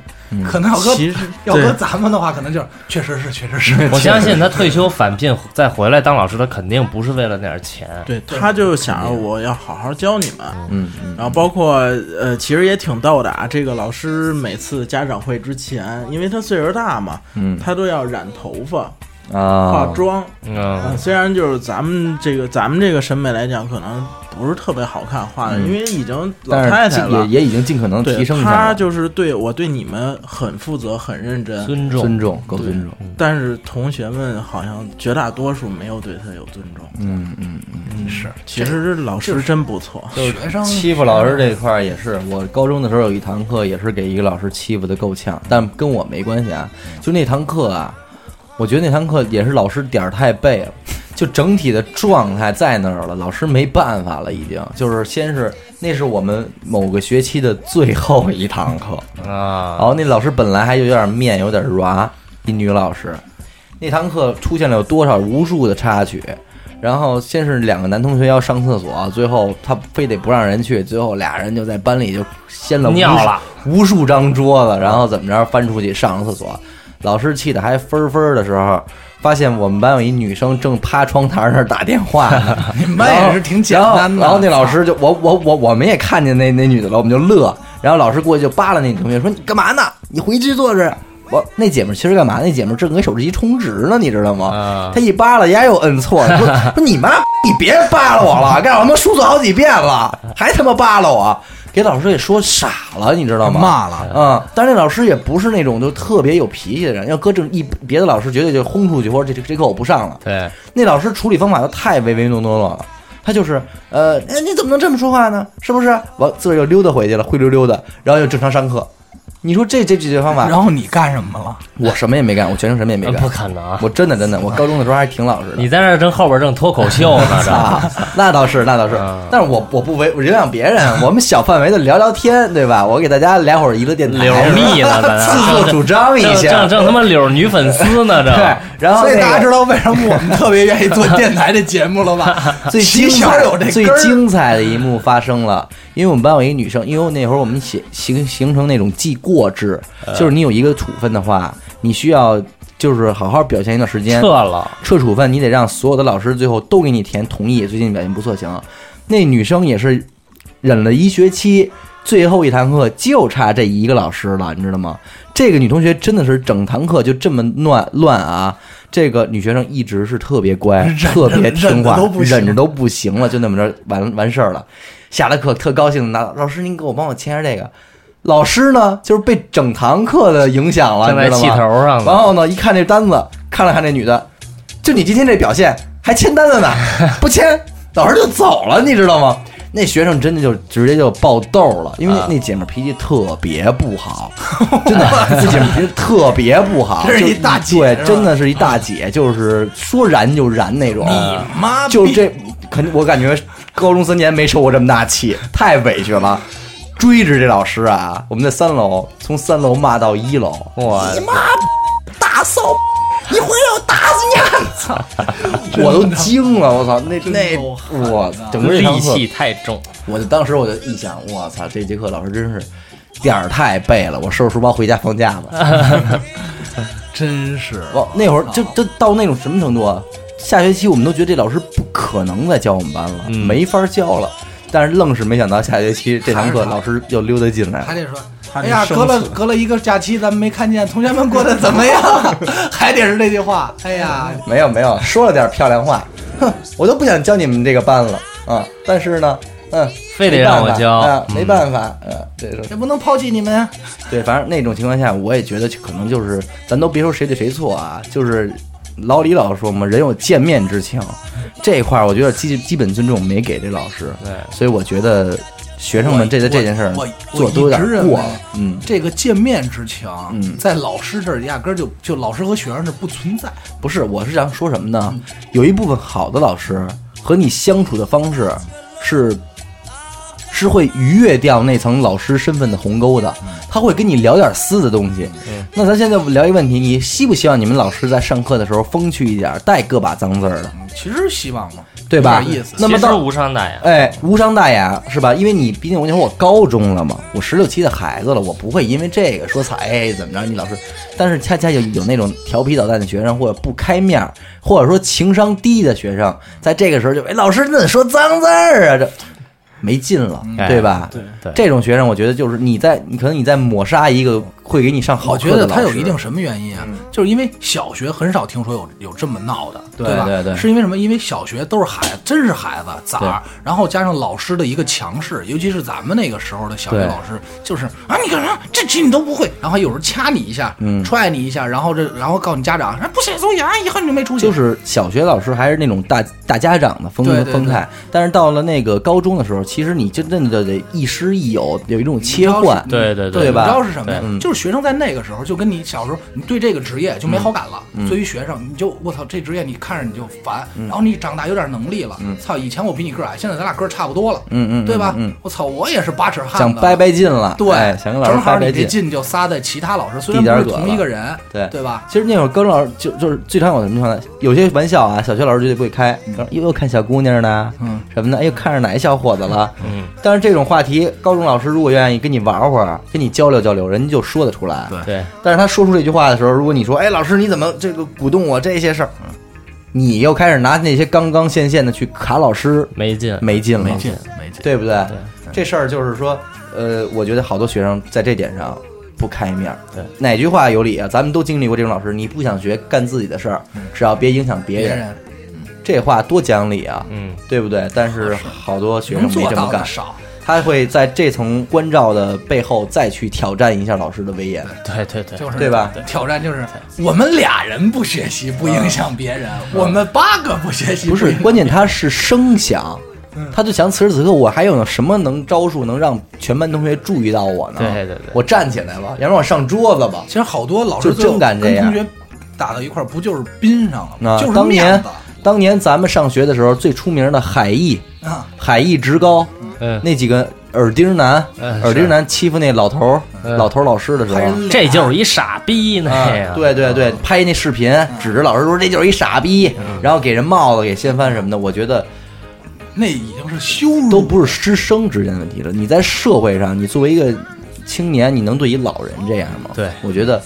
G: 可能要搁
D: 其实
G: 要搁
D: 对
G: 咱们的话，可能就是确实是，确实是。
H: 我相信他退休返聘再回来当老师，他肯定不是为了那点钱。
D: 对，他就想着我要好好教你们。
F: 嗯嗯
D: 然后包括呃，其实也挺逗的啊。这个老师每次家长会之前，因为他岁数大嘛，
F: 嗯
D: 他都要染头发、化
F: 啊，
D: 妆。
H: 嗯
D: 嗯，，虽然就是咱们这个咱们这个审美来讲，可能不是特别好看画的，
F: 嗯
D: 因为已经老
F: 但是
D: 太太
F: 尽
D: 了。
F: 也也已经尽可能
D: 对，
F: 提升一下
D: 他
F: 了。
D: 就是对我对你们很负责、很认真，
H: 尊重
F: 尊重，够尊重。
D: 但是同学们好像绝大多数没有对他有尊重。
F: 嗯嗯嗯，
G: 是
D: 其实老师真不错，
G: 学生
F: 欺负老师这一块儿也是，我高中的时候有一堂课也是给一个老师欺负的够呛，但跟我没关系啊。就那堂课啊，我觉得那堂课也是老师点儿太背了，就整体的状态在那儿了，老师没办法了，已经就是先是那是我们某个学期的最后一堂课，
H: 啊
F: 哦然，后那老师本来还有点面有点软，一女老师，那堂课出现了有多少无数的插曲。然后先是两个男同学要上厕所，最后他非得不让人去，最后俩人就在班里就掀了无数
H: 尿了
F: 无数张桌子，然后怎么着翻出去上了厕所，老师气得还分分的时候，发现我们班有一女生正趴窗台那儿打电话 呢，
G: 你们班也是挺简单
F: 然后
G: 的
F: 然后那老师就我我我我们也看见那那女的了，我们就乐。然后老师过去就扒拉那女同学说：“你干嘛呢？你回去坐着。”我那姐们儿其实干嘛？那姐们儿正给手机充值呢，你知道吗
H: 啊？
F: 她一扒拉，丫又摁错 了，说说你妈，你别扒拉我了，干什么？数错好几遍了，还他妈扒拉我，给老师给说傻了，你知道吗？
G: 骂了
F: 嗯，但是那老师也不是那种就特别有脾气的人，要搁正一别的老师绝对就轰出去，或者这这这课我不上了。
H: 对，
F: 那老师处理方法又太唯唯诺诺了。他就是，呃，哎，你怎么能这么说话呢？是不是？完，自个儿又溜达回去了，灰溜溜的，然后又正常上课。你说这这解决方法，
G: 然后你干什么了？
F: 我什么也没干，我全程什么也没干
H: 呃不。可能，
F: 我真的真的，我高中的时候还挺老实的。
H: 你在那儿正后边正脱口秀呢， 这
F: 啊，那倒是，那倒是
H: 嗯，
F: 但是我我不为我影响别人，我们小范围的聊聊天，对吧？我给大家来会儿娱乐电台，
H: 柳密呢，咱
F: 自作主张一
H: 啊正
F: 下
H: 正，正他妈柳女粉丝呢，
F: 对
H: 这。
F: 然后
G: 所以
F: 那
G: 大家
F: 个
G: 知道为什么我们特别愿意做电台的节目了吧？
F: 最精
G: 起小
F: 彩
G: 有这
F: 最
G: 根儿
F: 精彩的一幕发生了，因为我们班有一个女生，因为那会儿我们写形形成那种记过制，就是你有一个处分的话，你需要就是好好表现一段时间
H: 撤，了，
F: 撤处分，你得让所有的老师最后都给你填同意，最近表现不错行。啊那女生也是忍了一学期，最后一堂课就差这一个老师了，你知道吗？这个女同学真的是整堂课就这么乱乱啊！这个女学生一直是特别乖，特别听话
G: 忍着都不，行
F: 忍着都不行了，就那么着完完事儿了。下了课特高兴，拿老师您给我帮我签下这个。老师呢，就是被整堂课的影响了，
H: 正
F: 你
H: 在
F: 知道
H: 气
F: 吗？
H: 头上
F: 然
H: 呢。
F: 后呢，一看这单子，看了看这女的，就你今天这表现，还签单子 呢，不签，老师就走了，你知道吗？啊那学生真的就直接就爆痘了，因为那那姐们儿脾气特别不 好，真的，那姐们儿脾气特别不 好，
G: 这是一
F: 就
G: 大姐
F: 对
G: 是吧，
F: 真的是啊一大姐，就是说燃就燃那种。
G: 你妈
F: 就
G: 逼
F: 这，肯定我感觉高中三年没受过这么大 气，太委屈了。追着这老师啊，我们在三楼，从三楼骂到一楼，
H: 我
F: 大嫂，你回来我打死你！啊 操，我都惊了，我操，那那我整个这堂
H: 戾
F: 课
H: 气太重，
F: 我就当时我就一想，我操，这节课老师真是点儿太背了，我收拾书包回家放假吧。
G: 真是
F: 我那会儿就就到那种什么程度啊？下学期我们都觉得这老师不可能再教我们班了，没法教了。但是愣是没想到下学期这堂课老师又溜达进来
G: 还
F: 了，
G: 得说，
D: 还
G: 哎
D: 得
G: 呀，
D: 生
G: 隔了
D: 死
G: 隔了一个假期，咱们没看见同学们过得怎么样， 还得是这句话。哎呀，
F: 没有没有，说了点漂亮话，哼，我都不想教你们这个班了啊！但是呢，嗯，
H: 非得让我教
F: 啊，，
G: 嗯
F: 没办法，呃，这种
G: 这不能抛弃你们啊。
F: 对，反正那种情况下，我也觉得可能就是，咱都别说谁对谁错啊，就是老李老说嘛，人有见面之情，这块儿我觉得基基本尊重没给这老师，
H: 对，
F: 所以我觉得学生们这在这件事儿
G: 我我
F: 做得都有点
G: 我一直认为
F: 过了，嗯，
G: 这个见面之情，
F: 嗯
G: 在老师这儿压根儿就就老师和学生这不存在。
F: 不是，我是想说什么呢？有一部分好的老师和你相处的方式是。是会逾越掉那层老师身份的鸿沟的，
G: 嗯
F: 他会跟你聊点私的东西。那咱现在聊一个问题，你希不希望你们老师在上课的时候风趣一点，带个把脏字儿的，
G: 其实希望嘛，
F: 对吧？
G: 有点意思
F: 那么
H: 其实
F: 到
H: 无伤大雅。
F: 哎，无伤大雅是吧？因为你毕竟我那会儿我高中了嘛，我十六七的孩子了，我不会因为这个说哎怎么着你老师。但是恰恰有有那种调皮捣蛋的学生，或者不开面儿，或者说情商低的学生，在这个时候就哎老师你怎么说脏字儿啊？这没劲了，
H: 哎
F: 对吧？
D: 对
H: 对
F: 这种学生，我觉得就是你在你可能你在抹杀一个会给你上好
G: 我
F: 课
G: 觉
F: 的
G: 得他
F: 老
G: 有
F: 师嗯
G: 一定什么原因啊？就是因为小学很少听说有有这么闹的，
F: 对
G: 吧？
F: 对对
G: 是因为什么？因为小学都是孩子，真是孩子崽儿，然后加上老师的一个强势，尤其是咱们那个时候的小学
F: 对
G: 老师，就是啊，你干啥？这题你都不会，然后有时候掐你一下，
F: 嗯
G: 踹你一下，然后这然后告诉你家长，啊不写作业，啊，以后你就没出息。
F: 就是小学老师还是那种大大家长的风
G: 对对对
F: 风态，但是到了那个高中的时候，其实你真正的得亦师亦友，有一种切换。
H: 对对
F: 对吧
G: 你知道是什么呀？
F: 对嗯
G: 就就是学生在那个时候就跟你小时候，你对这个职业就没好感了。
F: 嗯
G: 作为学生，你就我操，这职业你看着你就烦。然后你长大有点能力了，操，以前我比你个儿矮，现在咱俩个儿差不多了，
F: 嗯嗯嗯嗯
G: 对吧？
F: 嗯嗯
G: 我操，我也是八尺汉子，
F: 想掰掰劲了，
G: 对，
F: 哎想跟老
G: 正
F: 师掰
G: 好
F: 掰
G: 你这
F: 劲。
G: 劲就撒在其他老师，虽
F: 递点
G: 然不
F: 儿
G: 是
F: 葛
G: 同
F: 了
G: 一个人，
F: 对
G: 对吧？
F: 其实那会儿高中老师就就是最常有什么情况呢？有些玩笑啊，小学老师就得不给开，
G: 嗯
F: 又又看小姑娘呢，嗯，什么的，哎呦看着哪一小伙子了，嗯。但是这种话题，高中老师如果愿意跟你玩会儿，跟你交流交流，人家就说得出来。
G: 对
H: 对，
F: 但是他说出这句话的时候，如果你说，哎，老师你怎么这个鼓动我这些事儿，你又开始拿那些刚刚现现的去卡老师，
H: 没劲，
F: 没劲了，
G: 没劲，没劲。
F: 对不对？这事儿就是说，呃，我觉得好多学生在这点上不开面儿。
H: 对，
F: 哪句话有理啊？咱们都经历过这种老师，你不想学，干自己的事儿，只要别影响别
G: 别
F: 人，
G: 人
F: 这话多讲理啊，
H: 嗯，
F: 对不对？但是好多学生
G: 能
F: 没
G: 做
F: 这么
G: 到
F: 干
G: 的，少，
F: 他会在这层关照的背后再去挑战一下老师的威严。
H: 对对对，
G: 就是
F: 对吧？
G: 挑战就是我们俩人不学习不影响别人，我们八个不学
F: 嗯
G: 习
F: 不是
G: 影，响
F: 关键他是声响。他就想此时此刻我还有什么能招数能让全班同学注意到我呢？
H: 对对对
F: 我站起来吧，要不然我上桌子吧。
G: 其实好多老
F: 就
G: 师最后
F: 真敢这
G: 跟
F: 样
G: 同学打到一块儿，不就是宾上了
F: 啊
G: 吗？，就是
F: 当
G: 面
F: 年
G: 子
F: 当年咱们上学的时候，最出名的海毅、
G: 啊，
F: 海毅职高，
H: 嗯，
F: 那几个耳钉男、
H: 嗯
F: 耳钉男欺负那老头儿、
H: 嗯
F: 老头儿老师的时候，
G: 还是
H: 这就是一傻逼哎那
F: 啊
H: 个，嗯
F: 对对对，拍那视频，指着老师说这就是一傻逼，然后给人帽子、给掀翻什么的，我觉得
G: 那已经是羞辱，
F: 都不是师生之间的问题了。你在社会上，你作为一个青年，你能对一老人这样吗？
H: 对
F: 我觉得，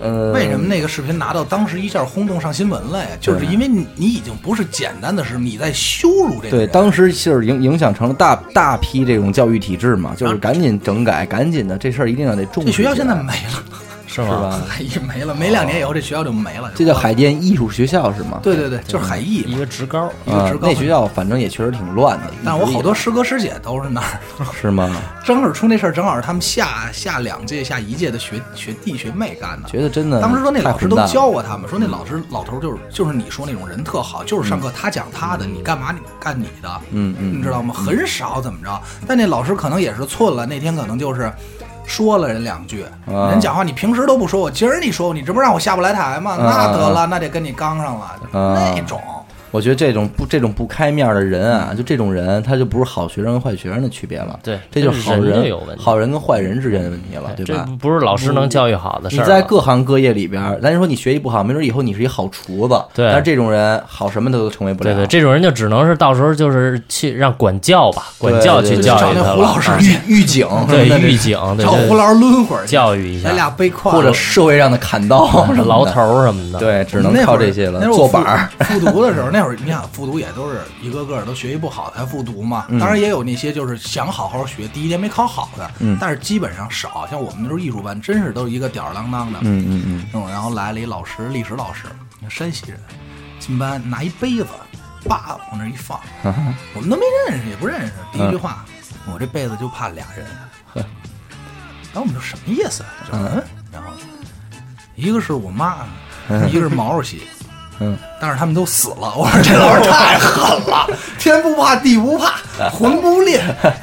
F: 呃，
G: 为什么那个视频拿到当时一下轰动上新闻了呀？就是因为你你已经不是简单的是你在羞辱这个
F: 对，
G: 人，
F: 当时就是影影响成了大大批这种教育体制嘛，就是赶紧整改，赶紧的，这事儿一定要得重视
G: 啊这
F: 起
G: 学
F: 来。
G: 校现在没了，
H: 是
F: 是
H: 吗？
F: 吧？
G: 海一没了，没两年以后这学校就没了。
F: 这叫海淀艺术学校是吗？
G: 对对对，就是海艺
H: 一
G: 嘛。
H: 个职高，
G: 一个
F: 啊
G: 职高
F: 那学校反正也确实挺乱的。
G: 但我好
F: 一
G: 多
F: 直
G: 师哥师姐都是那儿，
F: 以来是吗？
G: 正好出那事儿，正好是他们下下两届、下一届的学学弟学妹干的。
F: 觉得真的
G: 当时说那老
F: 嗯太混
G: 师都
F: 蛋了嗯
G: 教过他们，说那老师老头就是就是你说那种人特好，就是上课他讲他的，你干嘛你干你的，
F: 嗯嗯
G: 你知道吗？很少怎么着，但那老师可能也是寸了，那天可能就是说了人两句，
F: 啊
G: 人讲话你平时都不说我，今儿你说我，你这不让我下不来台吗？
F: 啊
G: 那得了，那得跟你刚上了，
F: 啊
G: 那种。
F: 我觉得这种不这种不开面的人啊，就这种人，他就不是好学生跟坏学生的区别了。
H: 嗯对
F: 这就是好
H: 人
F: 人
H: 就有问题
F: 好人跟坏人之间的问题了，对
H: 这
F: 吧？
H: 不是老师能教育好的事
F: 你
H: 儿了。
F: 在
H: 啊
F: 各行各业里边儿，咱就说你学习不好，没准以后你是一好厨子，
H: 对
F: 但是这种人好什么都成为不了。
H: 对对，这种人就只能是到时候就是去让管教吧，
F: 对
H: 管教
F: 对
H: 去
F: 对
H: 教
G: 找
H: 育
G: 那
H: 他
G: 胡老
H: 了。
G: 师 去，
F: 狱警，
H: 对
F: 什么的
H: 狱警，对
G: 找胡
H: 对，
G: 老师抡会儿去，
H: 教育一下
G: 咱俩背胯
F: 或者社会上的砍 刀什么的
H: 牢头儿什么的。，
F: 对，只能
G: 那会
F: 靠
G: 儿
F: 这些了
G: 那。会儿
F: 做
G: 我复
F: 板儿，
G: 复读的时候，那会儿你想复读也都是一个个都学习不好才复读嘛。
F: 嗯
G: 当然也有那些就是想好好学，第一年没考好的，
F: 嗯
G: 但是基本上少。像我们那时候艺术班，真是都是一个吊儿郎当的，
F: 嗯嗯嗯，
G: 那种，然后来了一老师，历史老师，山西人，进班拿一杯子，叭往那儿一放，
F: 啊
G: 我们都没认识，也不认识。第
F: 嗯
G: 一句话，我这辈子就怕俩人。然后我们就什么意思啊？就是嗯，然后一个是我妈，一个是毛主席。
F: 嗯，
G: 但是他们都死了。我说这老师太狠了，天不怕地不怕，魂不吝，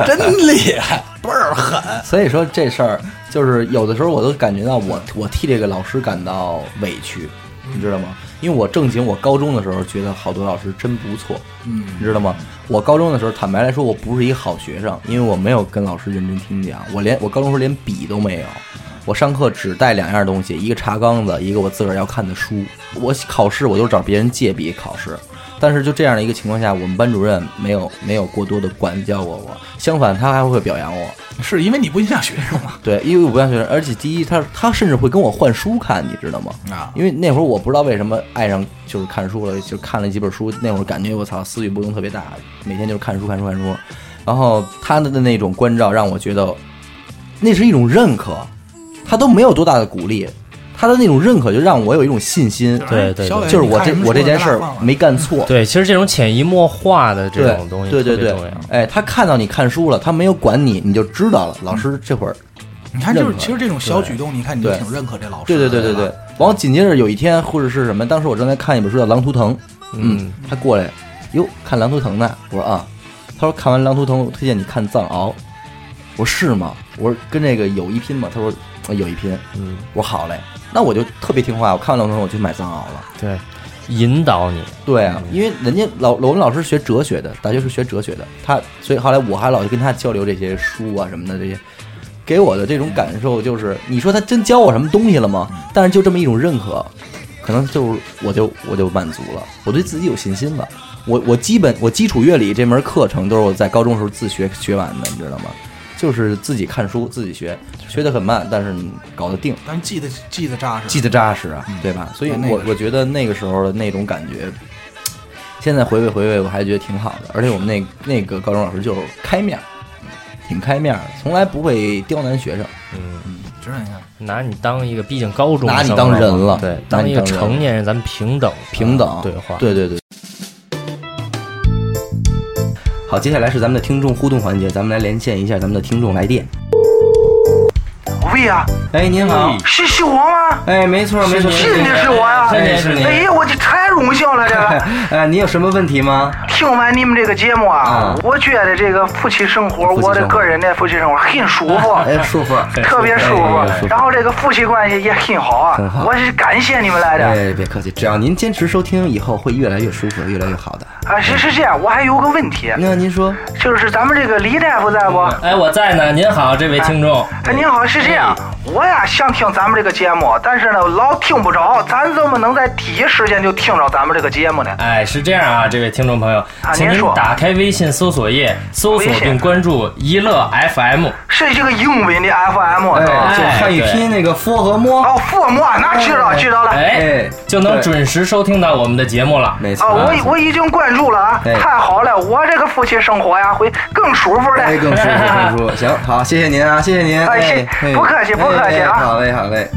G: 真厉害，倍儿狠。
F: 所以说这事儿就是有的时候我都感觉到我我替这个老师感到委屈，你知道吗？因为我正经我高中的时候觉得好多老师真不错，
G: 嗯
F: 你知道吗？我高中的时候坦白来说我不是一好学生，因为我没有跟老师认真听讲，我连我高中时候连笔都没有。我上课只带两样东西，一个茶缸子，一个我自个儿要看的书。我考试我就找别人借笔考试，但是就这样的一个情况下，我们班主任没有没有过多的管教过我，相反他还会表扬我。
G: 是因为你不影响学生吗？
F: 对，因为我不像学生，而且第一，他他甚至会跟我换书看，你知道吗？
G: 啊
F: 因为那会儿我不知道为什么爱上就是看书了，就看了几本书。那会儿感觉我操，私欲波动特别大，每天就是看书看书看书。然后他的那种关照让我觉得，那是一种认可，他都没有多大的鼓励，他的那种认可就让我有一种信心，
H: 对对
G: 小伟
F: 就是我
G: 你看
F: 这
G: 人
F: 我这
G: 说
F: 件
G: 的
F: 事儿
G: 大放了
F: 没干错。
H: 对，其实这种潜移默化的
F: 对
H: 这种东西
F: 对对
H: 特别
F: 对
H: 重要。，
F: 哎，他看到你看书了，他没有管你，你就知道了。老师这会儿
G: 你看，就
F: 认
G: 是
F: 可
G: 其实这种小举动，你看你就
F: 对
G: 挺认可这老师
F: 对
G: 的。
F: 对对对对
G: 吧。。
F: 然后紧接着有一天，或者是什么，当时我正在看一本书叫《狼图腾》，嗯，他过来，哟，看《狼图腾》呢？我说啊，他说看完《狼图腾》，我推荐你看《藏獒》。我说是吗？我说跟这个有一拼吗？他说有一拼。嗯，我说好嘞，那我就特别听话，我看完《老头我就买藏獒了。
H: 对，引导你，
F: 对啊，因为人家老我们老师学哲学的，大学是学哲学的，他所以后来我还老去跟他交流这些书啊什么的这些，给我的这种感受就是，你说他真教我什么东西了吗？但是就这么一种认可，可能就是我就我就满足了，我对自己有信心了。我我基本我基础乐理这门课程都是我在高中时候自学学完的，你知道吗？就是自己看书自己学，学得很慢，但是搞得定。
G: 但是记得记得扎实，
F: 记得扎实啊，对吧？所以
G: 那
F: 我
G: 个是
F: 我觉得那个时候的那种感觉，现在回味回味，我还觉得挺好的。而且我们那那个高中老师就是开面儿，挺开面儿的，从来不会刁难学生。
G: 知道你看，
H: 拿你当一个，毕竟高中
F: 拿你
H: 生
F: 当人了
H: 对，
F: 拿
H: 当
F: 你
H: 一个
F: 当人
H: 成年人，咱们平等
F: 平等
H: 对话，
F: 对对对。好，接下来是咱们的听众互动环节，咱们来连线一下咱们的听众来电。
I: 喂啊，
F: 哎，您好，
I: 是是我吗？
F: 哎，没错没错，
I: 是你是我呀！
F: 哎是您
I: 哎。呀，我这太荣幸了！这 个
F: 哎，您有什么问题 吗？
I: 听完你们这个节目啊
F: 嗯，
I: 我觉得这个夫妻生活，
F: 夫妻生活
I: 我的个人的夫妻生活很舒服，
F: 哎，舒 服，
I: 特别舒
F: 哎哎
I: 服。
F: 服
I: 然后这个夫妻关系也很好
F: 很
I: 啊
F: 好，
I: 我是感谢你们来的。
F: 哎，别客气，只要您坚持收听，以后会越来越舒服，越来越好的。
I: 啊，是是这样，我还有个问题，
F: 那您说，
I: 就是咱们这个李大夫在不？
F: 嗯
H: 哎，我在呢，您好，这位听众，
I: 哎，您好，是这样，
F: 嗯
I: 我呀想听咱们这个节目，但是呢老听不着，咱怎么能在第一时间就听着咱们这个节目呢？
H: 哎，是这样啊，这位听众朋友，请
I: 您
H: 您
I: 说
H: 打开微信搜索页，搜索
I: 微信
H: 并关注“一乐 FM”。
I: 是这个英文的 FM
F: 哎，
I: 是吧？
F: 就汉语拼音那个“佛”和“摸
I: 哦，父母，那知道知道了。
H: 哎
F: 哎，
H: 就能
F: 对
H: 准时收听到我们的节目了”。。
F: 没错
I: 啊，，我已我已经关注了啊，
F: 哎
I: 太好了，我这个夫妻生活呀会更舒服
F: 哎，
I: 的。
F: 更舒服，更 舒服。行，好，谢谢您啊，谢谢您。
I: 哎
F: 哎，
I: 谢
F: 哎
I: 不客气不客气啊
F: 哎好嘞，好嘞。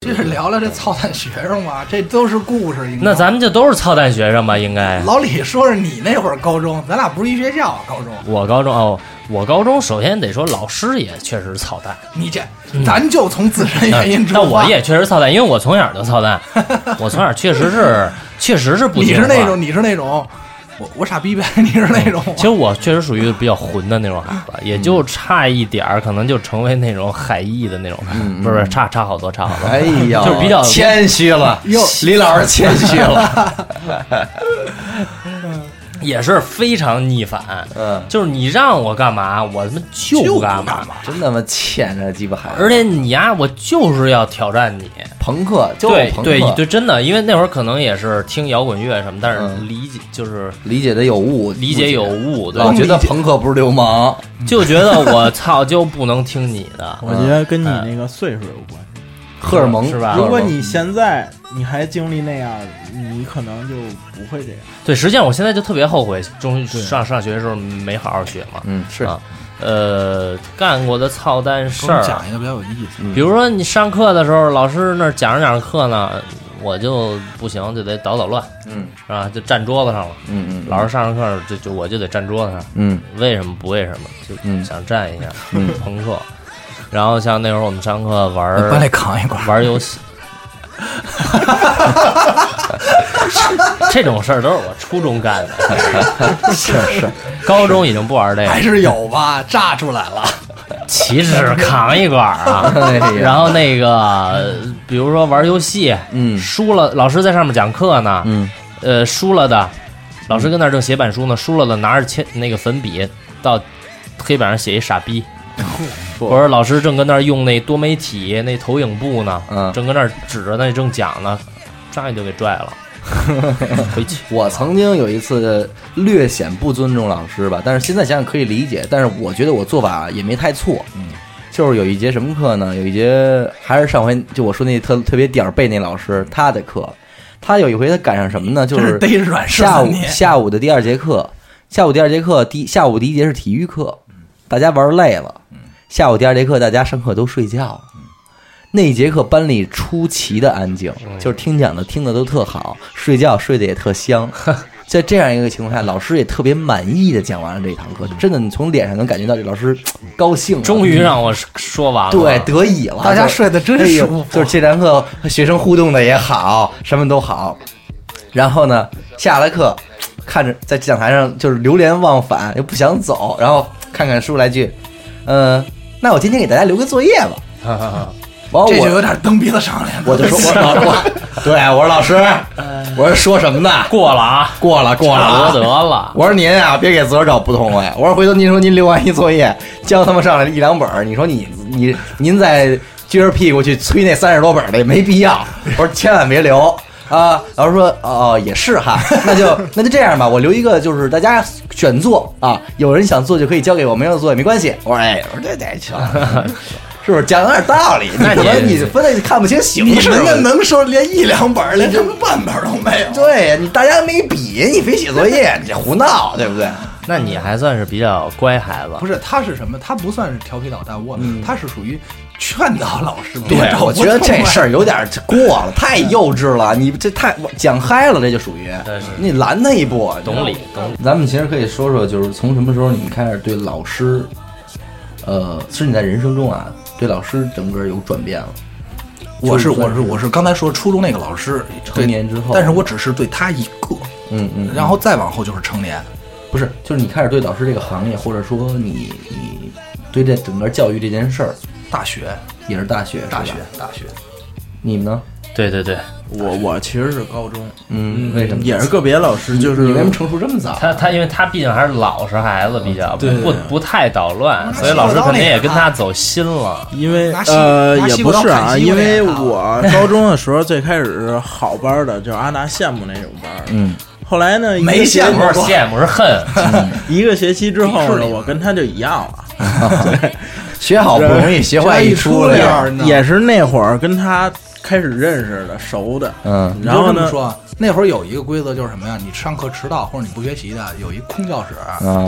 G: 这是聊聊这操蛋学生吧，这都是故事。应该
H: 那咱们就都是操蛋学生吧？应该。
G: 老李说说你那会儿高中，咱俩不是一学校啊，高中。
H: 我高中哦，我高中首先得说老师也确实操蛋，
G: 你这，咱就从自身原因出发。
H: 但我也确实操蛋，因为我从小就操蛋，我从小确实是确实是不
G: 你
H: 听
G: 是
H: 话。
G: 那种，你是那种，我我傻逼呗，你是那种。
H: 其实我确实属于比较混的那种孩子，
F: 嗯
H: 也就差一点儿，可能就成为那种海艺的那种，不是不是差差好多，差好多。
F: 嗯哎呀，
H: 就是比较
F: 谦虚了，李老师谦虚 了。
H: 也是非常逆反，
F: 嗯
H: 就是你让我干嘛，我他妈就不干嘛。
F: 真他妈欠着鸡巴孩子，
H: 而且你呀、我就是要挑战你。
F: 朋克，就
H: 对
F: 朋克
H: 对对，真的，因为那会儿可能也是听摇滚乐什么，但是
F: 嗯
H: 理解、就是
F: 理解的有误，
H: 理解有误，对，
F: 老觉得朋克不是流氓，
H: 就觉得我操就不能听你的。
D: 我觉得跟你那个岁数有关系。
F: 荷尔蒙
H: 是
F: 荷
H: 吧
F: 尔蒙
D: 如果你现在你还经历那样，你可能就不会这样。
H: 对，实际上我现在就特别后悔，中上上学的时候没好好学嘛。
F: 嗯是
H: 啊，呃，干过的操蛋事
G: 给我们
H: 儿，
G: 讲一个比较有意思。
H: 比如说你上课的时候，老师那儿讲着讲着课呢，我就不行，就得捣捣乱，
F: 嗯
H: 是吧？就站桌子上了。
F: 嗯嗯
H: 老师上着课就就我就得站桌子上，
F: 嗯
H: 为什么不为什么，就
F: 嗯
H: 想站一下，
F: 嗯哎
H: 朋克。然后像那会儿我们上课玩
G: 我帮你
H: 儿
G: 扛一管。
H: 玩儿游戏，这种事儿都是我初中干的，
F: 是是，
H: 高中已经不玩这 个
F: 哎
G: 还，是有吧，炸出来了。
H: 岂止扛一管儿啊！
F: 哎呀
H: 然后那个，比如说玩游戏，
F: 嗯
H: 输了，老师在上面讲课呢，
F: 嗯
H: 呃，输了的，老师跟那儿正写板书呢，输了的拿着铅那个粉笔到黑板上写一傻 逼，或者老师正跟那儿用那多媒体那投影布呢，
F: 嗯
H: 正跟那儿指着那正讲呢，上去就给拽 了，回去。
F: 我曾经有一次略显不尊重老师吧，但是现在想想可以理解，但是我觉得我做法也没太错。嗯，就是有一节什么课呢？有一节还是上回就我说那特特别点儿背那老师他的课，他有一回他赶上什么呢？就
G: 真是
F: 是
G: 逮着软柿
F: 下
G: 子
F: 午
G: 你。
F: 下午的第二节课，下午第二节课第下午第一节是体育课，大家玩累了，下午第二节课大家上课都睡觉了。那一节课班里出奇的安静，就是听讲的听的都特好，睡觉睡得也特香。在这样一个情况下，老师也特别满意的讲完了这堂课，真的，你从脸上能感觉到这老师嘖高兴啊了，
H: 终于让我说完了，
F: 对，得以了，
G: 啊大家
F: 就是
G: 睡得真
F: 哎呦
G: 舒服
F: 就是这堂课学生互动的也好，什么都好。然后呢，下了课，看着在讲台上就是流连忘返，又不想走，然后看看书来句，嗯，那我今天给大家留个作业吧。完
G: 这就有
F: 我
G: 点蹬鼻子上脸了。
F: 我就说，我 老我对我说老师，
G: 哎
F: 我说说什么呢？
H: 过了啊，
F: 过了过了
H: 差
F: 啊
H: 不多得了。
F: 我说您啊，别给自个儿找不痛快。我说回头您说您留完一作业，教他们上来一两本儿，你说你你您再撅着屁股去催那三十多本儿的也没必要。我说千万别留啊。老师说哦也是哈，那就那就这样吧，我留一个就是大家选做啊，有人想做就可以交给我，没有做也没关系。我说哎，我说这这行。是不是讲点道理？
H: 那
F: 你
H: 你
F: 你分的看不清形
G: 你
F: 式，
G: 们那
F: 我
G: 能说连一两本儿，连他妈半本儿都没有。
F: 对你大家没笔，你非写作业，你这胡闹，对不对？
H: 那你还算是比较乖孩子
G: 不，是，他是什么？他不算是调皮捣蛋窝，他是属于劝导老师。别
F: 嗯对，
G: 找
F: 我 觉得
G: 不痛
F: 这
G: 快
F: 事儿有点过了，太幼稚了，你这太讲嗨了，这就属于
H: 对是，
F: 你拦他一步，啊
H: 懂理懂理。
F: 咱们其实可以说说，就是从什么时候你们开始对老师，呃，是你在人生中啊，对老师整个有转变了。
G: 我是
F: 就算
G: 我是我是刚才说初中那个老师，
F: 成
G: 对
F: 年之后
G: 但是我只是对他一个，
F: 嗯嗯，
G: 然后再往后就是成年。
F: 不是，就是你开始对老师这个行业，或者说你你对这整个教育这件事儿，
G: 大学，
F: 也是大学，是吧
G: 大学，大学，
F: 你们呢？
H: 对对对，
D: 我我其实是高中，
F: 嗯，为什么？
D: 也是个别老师，就是
F: 你为什么成熟这么早？
H: 他他因为他毕竟还是老实孩子，比较
D: 对
H: 不不太捣乱，所以老师肯定也跟他走心了。
D: 因为
G: 拿西
D: 呃
G: 拿
D: 也
G: 西
D: 不
G: 瓜当
D: 是啊，
G: 砍西瓜
D: 因为
G: 那样啊
D: 我高中的时候最开始是好班的，就是阿达羡慕那种班儿。
F: 嗯，
D: 后来呢，
G: 没
D: 一个学
G: 羡
H: 不
G: 慕
H: 是羡慕，是恨。
D: 一个学期之后
G: 鄙视
D: 呢，
G: 你
D: 我跟他就一样了。
F: 学好不容易，学坏一出
G: 这
F: 来
G: 样
F: 呀。
G: 呢
D: 也是那会儿跟他开始认识的、熟的。
F: 嗯，
D: 然后
G: 你就这么
D: 呢，
G: 说啊，那会儿有一个规则就是什么呀？你上课迟到或者你不学习的，有一空教室，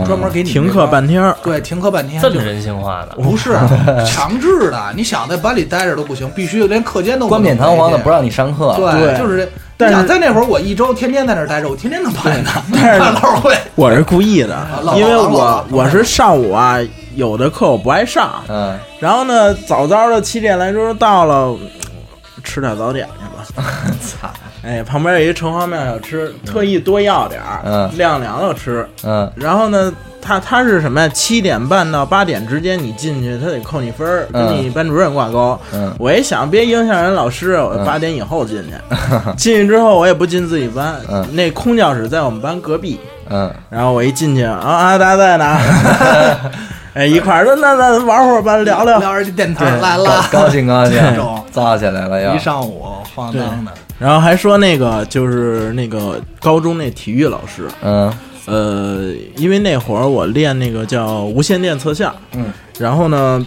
G: 专门给你
D: 啊停课半
G: 天。
D: 天儿。
G: 对，停课半天
H: 这
G: 就
H: 么人性化 的，
G: 不是强制的，你想在班里待着都不行，必须连课间都不
F: 冠
G: 能
F: 冕堂皇的不
G: 待
F: 让你上课。
G: 着。对，
D: 对
G: 就是这。
D: 但是
G: 你想在那会儿，我一周天天在那儿待着，我天天能排呢，
D: 但是
G: 看老师会。
D: 我是故意的
G: 老，
D: 因为
G: 老老
D: 我
G: 老
D: 我是上午啊，有的课我不爱上，
F: 嗯，
D: 然后呢，早早的七点来钟到了，吃点早点去吧。哎，旁边有一个城隍庙小吃，特意多要点儿，
F: 嗯
D: 晾凉了吃。
F: 嗯
D: 然后呢，他他是什么呀？七点半到八点之间你进去，他得扣你分儿，
F: 嗯
D: 跟你班主任挂钩。
F: 嗯
D: 我一想，别影响人老师，我
F: 嗯
D: 八点以后进去。进去之后，我也不进自己班，
F: 嗯
D: 那空教室在我们班隔壁。
F: 嗯，
D: 然后我一进去，啊，阿达 在呢，哎，一块儿说，那那玩会儿吧， 聊聊。
G: 聊着这电台来了，
F: 高兴高兴
G: 这种，
F: 造起来了
G: 一
F: 要。
G: 上午晃荡的，
D: 然后还说那个就是那个高中那体育老师，
F: 嗯
D: 呃，因为那会儿我练那个叫无线电测向，
F: 嗯，
D: 然后呢，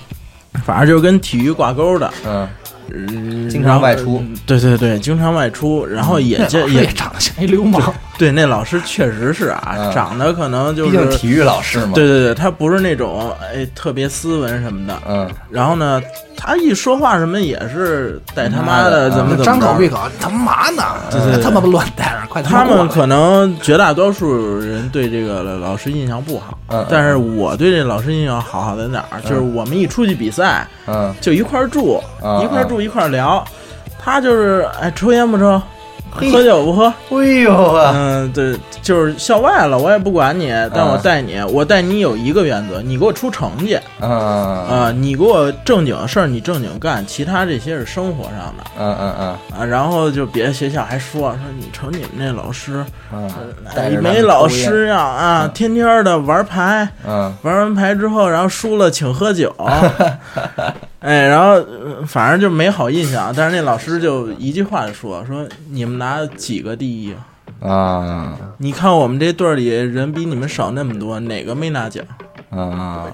D: 反正就是跟体育挂钩的，
F: 嗯，
D: 嗯
F: 经常外出，
D: 然后对对对，经常外出，然后也
G: 那
D: 这
G: 老师
D: 也
G: 也长得像一流氓。
D: 对那老师确实是啊
F: 嗯，
D: 长得可能就
F: 毕竟
D: 是
F: 体育老师嘛。
D: 对对对，他不是那种哎特别斯文什么的，
F: 嗯，
D: 然后呢，他一说话什么也是带他
F: 妈
D: 妈
F: 的
D: 的怎么怎么着
G: 张口闭口，他妈呢？
D: 对对
G: 他妈乱待着，快
D: 他
G: 妈过来
D: 们可能绝大多数人对这个老师印象不好，
F: 嗯嗯
D: 但是我对这老师印象好好在哪儿？就是我们一出去比赛，
F: 嗯
D: 就一块儿住，
F: 嗯
D: 一块儿住一块儿聊。他就是哎，抽烟不抽，
F: 嘿
D: 喝酒不喝，
F: 哎呦啊，
D: 嗯，对，就是校外了，我也不管你，但我带你，我带你有一个原则，你给我出成绩
F: 嗯嗯
D: 啊、你给我正经事儿你正经干，其他这些是生活上的。
F: 嗯嗯
D: 啊，然后就别的学校还说说你瞅你们那老师，
F: 嗯，带
D: 哎
F: 着
D: 没老师呀
G: 嗯
D: 啊，天天的玩牌，
F: 嗯，
D: 玩完牌之后，然后输了请 喝酒，哎，然后呃反正就没好印象。但是那老师就一句话就说说你们拿几个第一？
F: 嗯啊
D: 你看我们这队儿里人比你们少那么多，哪个没拿奖？
F: 啊，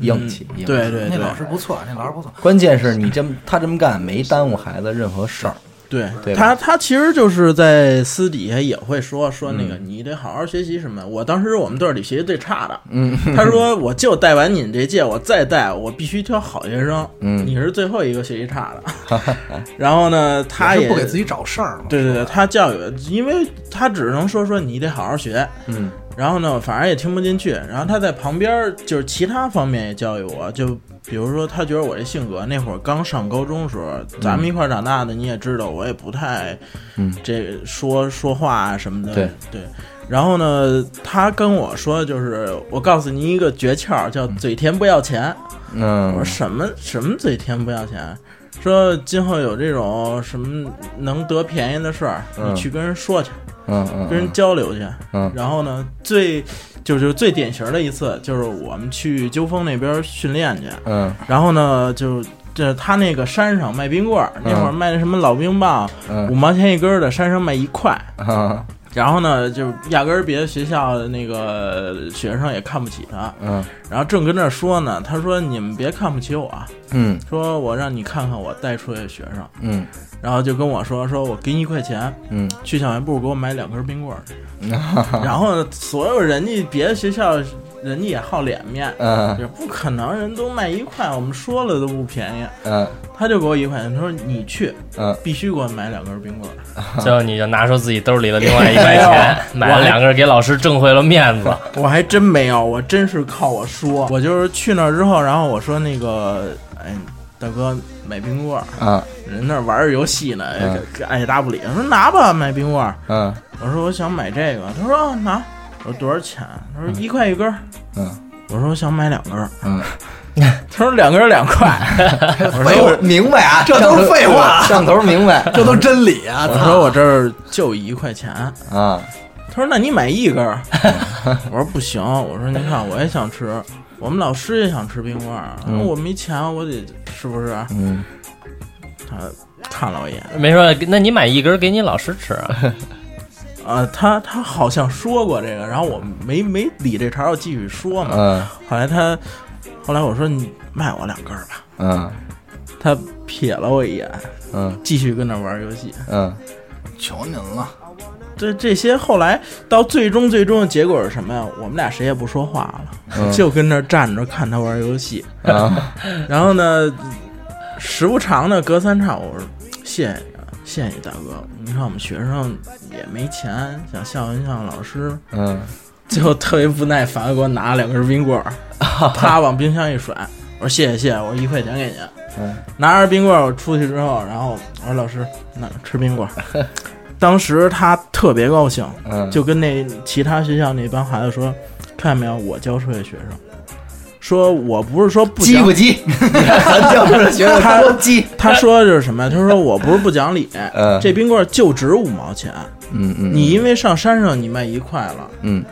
F: 硬气。硬气
D: 嗯对对
G: 那
D: 对
G: 老师不错，那老师不错。
F: 关键是你这么他这么干没耽误孩子任何事儿，
D: 对，
F: 对吧
D: 他他其实就是在私底下也会说说那个
G: 嗯
D: 你得好好学习什么。我当时我们队儿里学习最差的，
F: 嗯，
D: 他说我就带完你们这届，我再带我必须挑好学生，
F: 嗯
D: 你是最后一个学习差的。 然后呢，他
G: 也
D: 也
G: 是不给自己找事儿嘛。
D: 对对对，他教育，因为他只能说说你得好好学，
F: 嗯，
D: 然后呢，反正也听不进去，然后他在旁边儿就是其他方面也教育我，就比如说他觉得我这性格，那会儿刚上高中的时候，咱们一块儿长大的，你也知道，我也不太，
F: 嗯，
D: 这说说话啊什么的，
F: 对
D: 对。然后呢，他跟我说，就是我告诉你一个诀窍，叫嘴甜不要钱。我说
F: 嗯，
D: 什么什么嘴甜不要钱？说今后有这种什么能得便宜的事儿，
F: 嗯
D: 你去跟人说去，
F: 嗯嗯，
D: 跟人交流去。
F: 嗯
D: 然后呢，最就就是最典型的一次，就是我们去鸠峰那边训练去，
F: 嗯
D: 然后呢，就这他那个山上卖冰棍儿，那会儿卖什么老冰棒，
F: 嗯
D: 五毛钱一根儿的，山上卖一块。
F: 嗯
D: 然后呢，就压根儿别的学校的那个学生也看不起他。
F: 嗯
D: 然后正跟这儿说呢，他说：“你们别看不起我，啊
F: 嗯
D: 说我让你看看我带出去的学生。
F: 嗯”
D: 然后就跟我说：“说我给你一块钱，
F: 嗯，
D: 去小卖部给我买两根冰棍儿。” 然后所有人家别的学校人家也好脸面，
F: 嗯
D: 也不可能人都卖一块，我们说了都不便宜。
F: 嗯
D: 他就给我一块钱，他说你去，
F: 嗯
D: 必须给我买两根冰棍儿。
H: 最后你就拿出自己兜里的另外一块钱，买了两根，给老师挣回了面子。
D: 我还真没有，我真是靠我说。我就是去那儿之后，然后我说那个，哎，大哥买冰棍儿，
F: 嗯
D: 人那儿玩儿游戏呢，
F: 嗯
D: 给爱答不理。我说拿吧，买冰棍儿。
F: 嗯
D: 我说我想买这个，他说、啊拿。我说多少钱？啊他说一块一根儿。
F: 嗯，
D: 我说我想买两根儿。
F: 嗯，
D: 他说两根儿两块。
F: 我说明白啊，这
G: 都是废话
F: 上头明白
G: 这都真理啊！
D: 我说我这儿就一块钱。
F: 啊，
D: 他说：“那你买一根儿。” 我说：“不行。”我说：“您看，我也想吃，我们老师也想吃冰棍儿，
F: 嗯
D: 我没钱，我得是不是
F: 嗯，？”
D: 他看了我一眼，
H: 没说，那你买一根给你老师吃啊？
D: 呃，他他好像说过这个，然后我没没理这茬儿，我继续说嘛。
F: 嗯
D: 后来他，后来我说：“你卖我两根儿吧。
F: 嗯”
D: 他瞥了我一眼，
F: 嗯
D: 继续跟那玩儿游戏。
F: 嗯
G: 求您了，
D: 这这些后来到最终最终的结果是什么呀？我们俩谁也不说话了，就跟那儿站着看他玩儿游戏。
F: 啊，
D: 然后呢，时不常的隔三差五，谢谢你啊谢谢你大哥，你看我们学生也没钱，想孝敬孝敬老师，
F: 嗯
D: 最后特别不耐烦地给我拿了两根冰 棍儿，啪往冰箱一甩，我说谢谢谢谢，我说一块钱给你。
F: 嗯
D: 拿着冰棍儿我出去之后，然后我说老师，那吃冰棍 儿。当时他特别高兴，
F: 嗯，
D: 就跟那其他学校那帮孩子说，看见没有，我教出来的学生，说我不是说不
F: 鸡
D: 教
F: 不 鸡？咱教出来学生多鸡。
D: 他说就是什么呀？他说我不是不讲理，
F: 嗯
D: 这冰棍儿就值五毛钱，
F: 嗯嗯，
D: 你因为上山上你卖一块了，
F: 嗯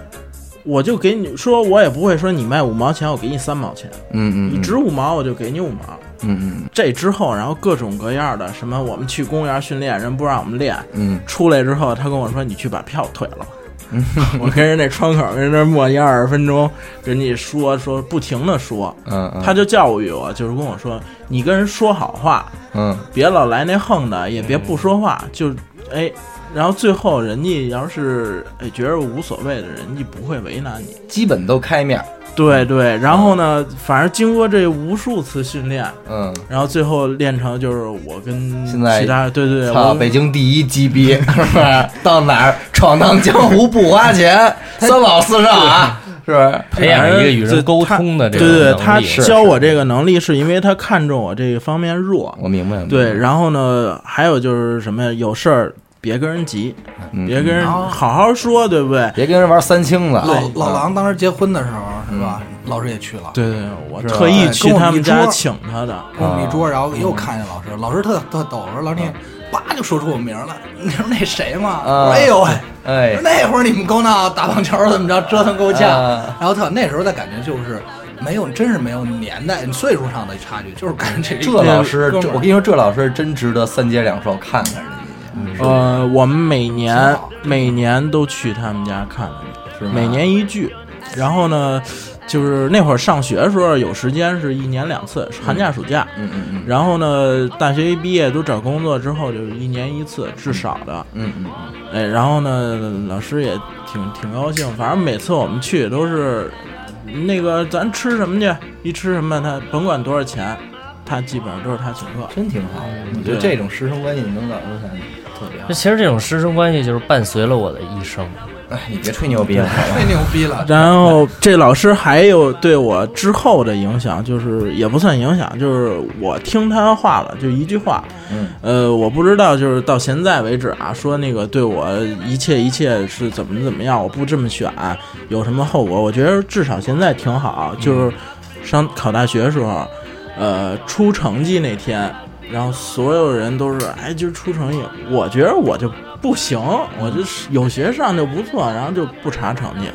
D: 我就给你说，我也不会说你卖五毛钱，我给你三毛钱，
F: 嗯嗯，
D: 你值五毛我就给你五毛。
F: 嗯
D: 这之后，然后各种各样的什么，我们去公园训练，人不让我们练，
F: 嗯
D: 出来之后，他跟我说你去把票退了吧。 我跟人那窗口跟人那磨叽二十分钟，跟你说说不停的说，
F: 嗯嗯，
D: 他就教育我，就是跟我说你跟人说好话，
F: 嗯
D: 别老来那横的，也别不说话，就哎，然后最后人家要是哎觉得无所谓的，人家不会为难你。嗯
F: 基本都开面。
D: 对对，然后呢，反正经过这无数次训练，
F: 嗯，
D: 然后最后练成就是我跟
F: 现在
D: 其他对对对，
F: 操，
D: 我
F: 北京第一鸡逼，是吧？到哪儿闯荡江湖不花钱，三老四少啊，是不是？
H: 培养一个与人沟通的这
D: 对
H: 个
D: 对，
H: 能
D: 他
H: 力
D: 教我这个能力是因为他看中我这个方面弱，
F: 我明白了。
D: 对，然后呢，还有就是什么呀，有事儿别跟人急，
F: 嗯
D: 别跟人
G: 嗯
D: 好好说，对不对？
F: 别跟人玩三清了。啊
G: 老老狼当时结婚的时候是吧？老师也去了，
D: 对对，我
F: 是吧
D: 特意去
G: 哎跟我
D: 他们
G: 们一
D: 家
G: 桌
D: 请他的。
G: 跟
F: 啊
G: 我们一桌，然后又看见老师，老师特特逗，我说老师
D: 啊
G: 你叭就说出我名儿了，你说那谁嘛？
F: 啊
G: 我说哎呦喂！
F: 哎，
G: 那会儿你们勾闹打棒球怎么着折腾够呛
F: 啊，
G: 然后特那时候的感觉就是没有，真是没有年代岁数上的差距，就是感觉
F: 这老师，
D: 哥们
F: 这
D: 儿
F: 我跟你说，这老师真值得三街两兽看看人家，
D: 呃，我们每
G: 挺
D: 年
G: 好
D: 每年都去他们家看，
F: 是吗
D: 每年一聚。然后呢，就是那会儿上学的时候有时间是一年两次，寒假暑假。
F: 嗯嗯
D: 然后呢，大学一毕业都找工作之后，就是一年一次，至少的。
F: 嗯嗯嗯
D: 哎，然后呢，老师也挺挺高兴，反正每次我们去都是，那个咱吃什么去，一吃什么他甭管多少钱，他基本上都是他请客
F: 嗯，。真挺好。我觉得
D: 对
F: 这种师生关系你能搞出来，
D: 特别好
H: 那。其实这种师生关系就是伴随了我的一生。
F: 哎，你别吹牛逼了，好吧
G: 太牛逼了！
D: 然后这老师还有对我之后的影响，就是也不算影响，就是我听他话了，就一句话。嗯，呃，我不知道，就是到现在为止啊，说那个对我一切一切是怎么怎么样，我不这么选有什么后果？我觉得至少现在挺好，就是上考大学的时候，呃，出成绩那天。然后所有人都是，哎，就出成绩，我觉得我就不行，我就是有学上就不错，然后就不查成绩，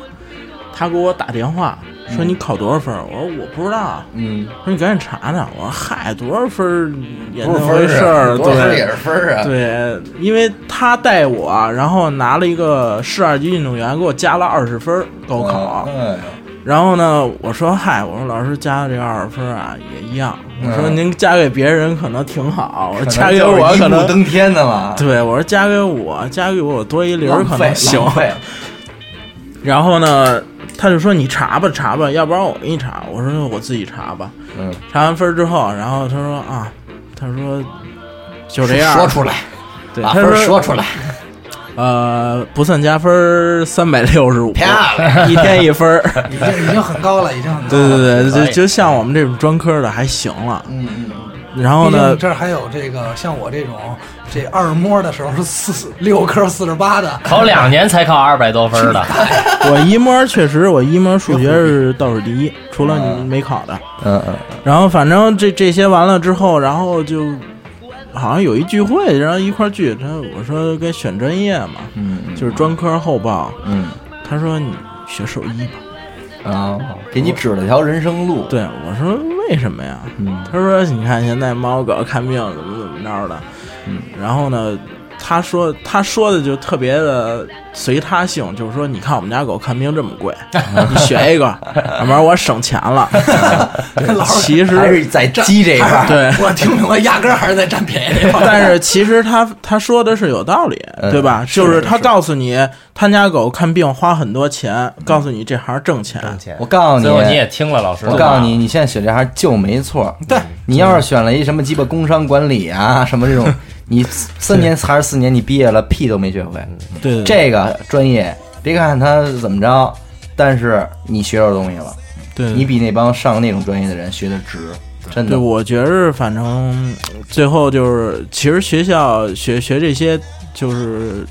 D: 他给我打电话说
F: 嗯
D: 你考多少分儿？我说我不知道。嗯，说你赶紧查查。我说嗨，多少分儿也那回事儿，
F: 啊多少分儿
D: 对
F: 也是分儿啊。
D: 对，因为他带我，啊然后拿了一个市二级运动员，给我加了二十分儿高考。啊
F: 嗯，
D: 然后呢，我说嗨，我说老师加的这二十分儿啊也一样。我说
F: 嗯
D: 您加给别人可能挺好，我说
F: 可能
D: 加给
F: 就是
D: 我
F: 一
D: 可
F: 步
D: 能。
F: 登天的嘛，
D: 对，我说加给我，加给我多一零儿
F: 啊浪
D: 可
F: 费
D: 能行。
F: 浪费
D: 然后呢，他就说你查吧查吧，要不然我给你查。我说那我自己查吧。
F: 嗯，
D: 查完分儿之后，然后他说啊，他说就这样，
G: 说出来，
D: 对，
G: 把
D: 他
G: 分儿
D: 说
G: 说出来，
D: 呃不算加分三百六十五，一天一分儿。
G: 已经已经很高了，已经很高
D: 对
G: 了。
D: 对对，就就像我们这种专科的还行了。嗯嗯。然后
G: 毕
D: 呢
G: 竟，这儿还有这个像我这种这二摸的时候是四六科四十八的，
H: 考两年才考二百多分的，
D: 我一模儿确实，我一模儿数学是倒数第一，除了你没考的。
F: 嗯嗯，
D: 然后反正这这些完了之后，然后就好像有一聚会，然后一块儿聚。他我说该选专业嘛，嗯，就是专科后报。
F: 嗯，
D: 他说你学兽医吧。
F: 啊，给你指了条人生路，
D: 对，我说为什么呀？他说你看现在猫狗看病怎么怎么着的，然后呢，他说他说的就特别的随他性，就是说你看我们家狗看病这么贵，你学一个，要不然我省钱了。
G: 老师
D: 其
F: 还
D: 实
F: 是在鸡这一块儿，
D: 对，
G: 我听明白，压根儿还是在占便宜这块儿。
D: 但是其实他他说的是有道理，
F: 嗯
D: 对吧？
F: 是
D: 就是
F: 是
D: 他告诉你他家狗看病花很多钱，告诉你这行挣钱。
H: 钱
F: 我告诉
H: 最后你也啊听了老师的
F: 我
H: 话，
F: 告诉你，你现在选这行就没错。对，你要是选了一什么鸡巴工商管理啊，什么这种，你三年还是四年，你毕业了屁都没学会。
D: 对对对
F: 这个专业，别看他怎么着，但是你学着东西了，
D: 对，
F: 你比那帮上那种专业的人学的值，真
D: 对，
F: 的。
D: 我觉着反正嗯最后就是，其实学校学学这些，就是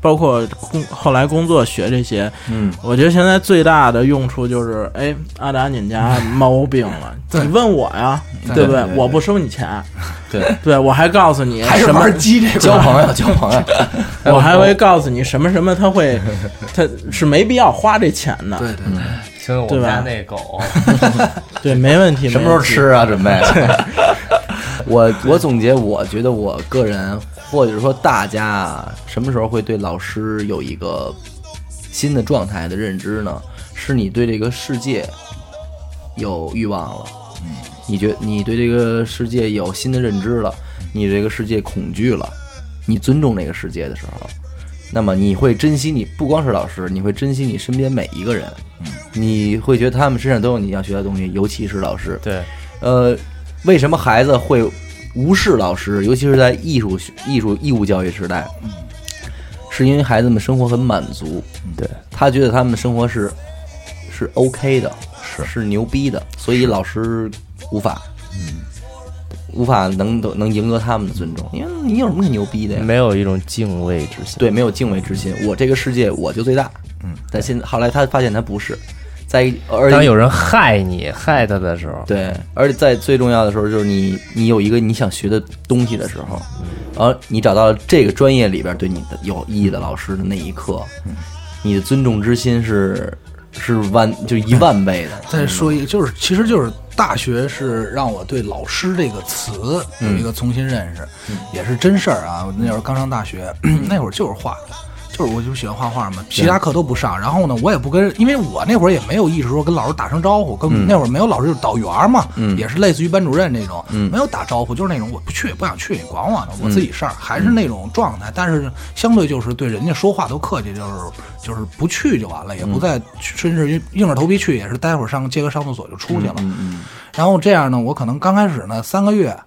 D: 包括工后来工作学这些，
F: 嗯，
D: 我觉得现在最大的用处就是，哎，阿达，你们家猫病了，你问我呀，对不
F: 对
D: 对
F: 对？对
D: 我不收你钱，
F: 对，
D: 对我还告诉你
G: 还是
D: 什么
G: 玩。鸡这
F: 交
G: 块儿，
F: 朋友，交朋友。
D: 我还会告诉你什么什么，他会，他是没必要花这钱的，
G: 对对对，
H: 听我
D: 对
H: 们
D: 吧
H: 家那狗，
D: 对，没问题。
F: 什么时候
D: 没问题？
F: 吃啊？准备。 我我总结，我觉得我个人或者说大家啊，什么时候会对老师有一个新的状态的认知呢？是你对这个世界有欲望了，你觉你对这个世界有新的认知了，你对这个世界恐惧了，你尊重这个世界的时候，那么你会珍惜你不光是老师，你会珍惜你身边每一个人，你会觉得他们身上都有你要学的东西，尤其是老师。
H: 对，
F: 呃，为什么孩子会无视老师，尤其是在艺术学艺术义务教育时代？是因为孩子们生活很满足，对他觉得他们生活是是 OK 的，是是牛逼的，所以老师无法，无法能能赢得他们的尊重，因为你有什么可牛逼的呀？
H: 没有一种敬畏之心。
F: 对，没有敬畏之心，我这个世界我就最大，嗯，但现在后来他发现他不是，在而且
H: 当有人害你、害他的时候，
F: 对，而且在最重要的时候，就是你你有一个你想学的东西的时候，然后你找到了这个专业里边对你的有意义的老师的那一刻，
G: 嗯
F: 你的尊重之心是是万就一万倍的。
G: 再说一个，就是其实就是大学是让我对老师这个词有一个重新认识，也是真事儿啊。我那会儿刚上大学， 那会儿就是画。就是我就喜欢画画嘛，其他课都不上。然后呢，我也不跟，因为我那会儿也没有意识说跟老师打声招呼，跟、那会儿没有老师就是导员嘛，也是类似于班主任那种，没有打招呼，就是那种我不去，不想去，你管我呢，我自己事儿，还是那种状态。但是相对就是对人家说话都客气，就是就是不去就完了，也不再去，甚至于硬着头皮去，也是待会儿上街个上厕所就出去了。然后这样呢，我可能刚开始呢三个月。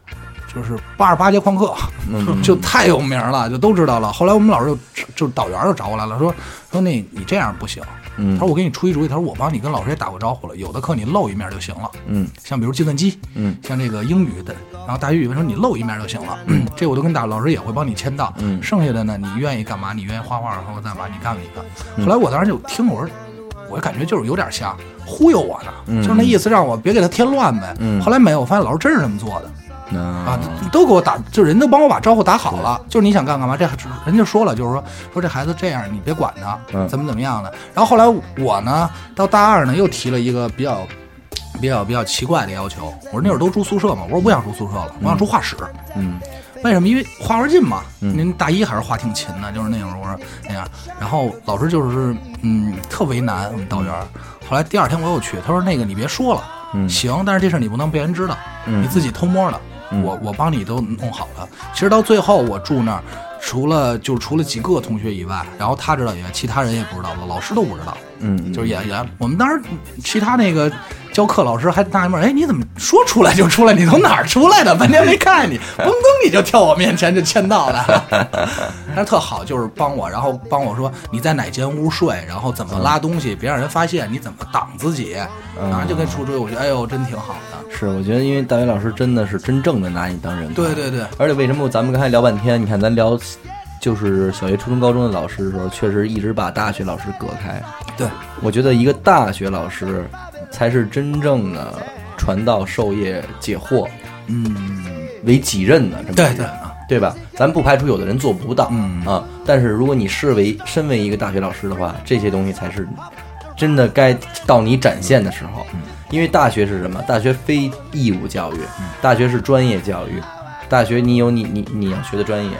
G: 就是八十八节旷课，
F: 嗯
G: 就太有名了，就都知道了。后来我们老师就就导员就找过来了，说说那你这样不行，
F: 嗯
G: 他说我给你出一主意，他说我帮你跟老师也打过招呼了，有的课你露一面就行了，
F: 嗯，
G: 像比如计算机，
F: 嗯，
G: 像这个英语的，然后大学语文说你露一面就行了， 这我都跟大老师也会帮你签到，
F: 嗯
G: 剩下的呢你愿意干嘛，你愿意画画或者干嘛你干一个。
F: 嗯
G: 后来我当时就听我说。我感觉就是有点瞎忽悠我呢，就是那意思让我别给他添乱呗。
F: 嗯
G: 后来没有，我发现老师真是这么做的，啊
F: 啊，
G: 都给我打，就人都帮我把招呼打好了，就是你想干干嘛，这人就说了，就是说说这孩子这样，你别管他，
F: 嗯
G: 怎么怎么样的。然后后来我呢，到大二呢，又提了一个比较。比较比较奇怪的要求，我说那会儿都住宿舍嘛，我说不想住宿舍了，我想住画室。
F: 嗯，
G: 为什么？因为画画近嘛。您大一还是画挺勤的，就是那会儿我说那样。然后老师就是嗯特为难我们导员儿。后来第二天我又去，他说那个你别说了，
F: 嗯
G: 行，但是这事儿你不能被人知道，
F: 嗯
G: 你自己偷摸的。
F: 嗯
G: 我我帮你都弄好了。其实到最后我住那儿，除了就除了几个同学以外，然后他知道以外，其他人也不知道，老师都不知道。
F: 嗯，
G: 就是也也，我们当时其他那个教课老师还纳闷儿，哎，你怎么说出来就出来？你从哪儿出来的？半天没看 你，嘣噔你就跳我面前就签到了，但是特好，就是帮我，然后帮我说你在哪间屋睡，然后怎么拉东西，别让人发现，你怎么挡自己，
F: 嗯
G: 然后就跟出主意，我觉得哎呦真挺好的，
F: 是，我觉得因为大学老师真的是真正的拿你当人看，
G: 对对对，
F: 而且为什么咱们刚才聊半天？你看咱聊就是小学、初中、高中的老师的时候，确实一直把大学老师隔开。
G: 对，
F: 我觉得一个大学老师才是真正的传道授业解惑
G: 嗯，
F: 为己任的这么一个
G: 对
F: 人啊
G: 对，
F: 对吧？咱不排除有的人做不到，
G: 嗯
F: 啊，但是如果你视为身为一个大学老师的话，这些东西才是真的该到你展现的时候。因为大学是什么？大学非义务教育，大学是专业教育，大学你有你你你要学的专业。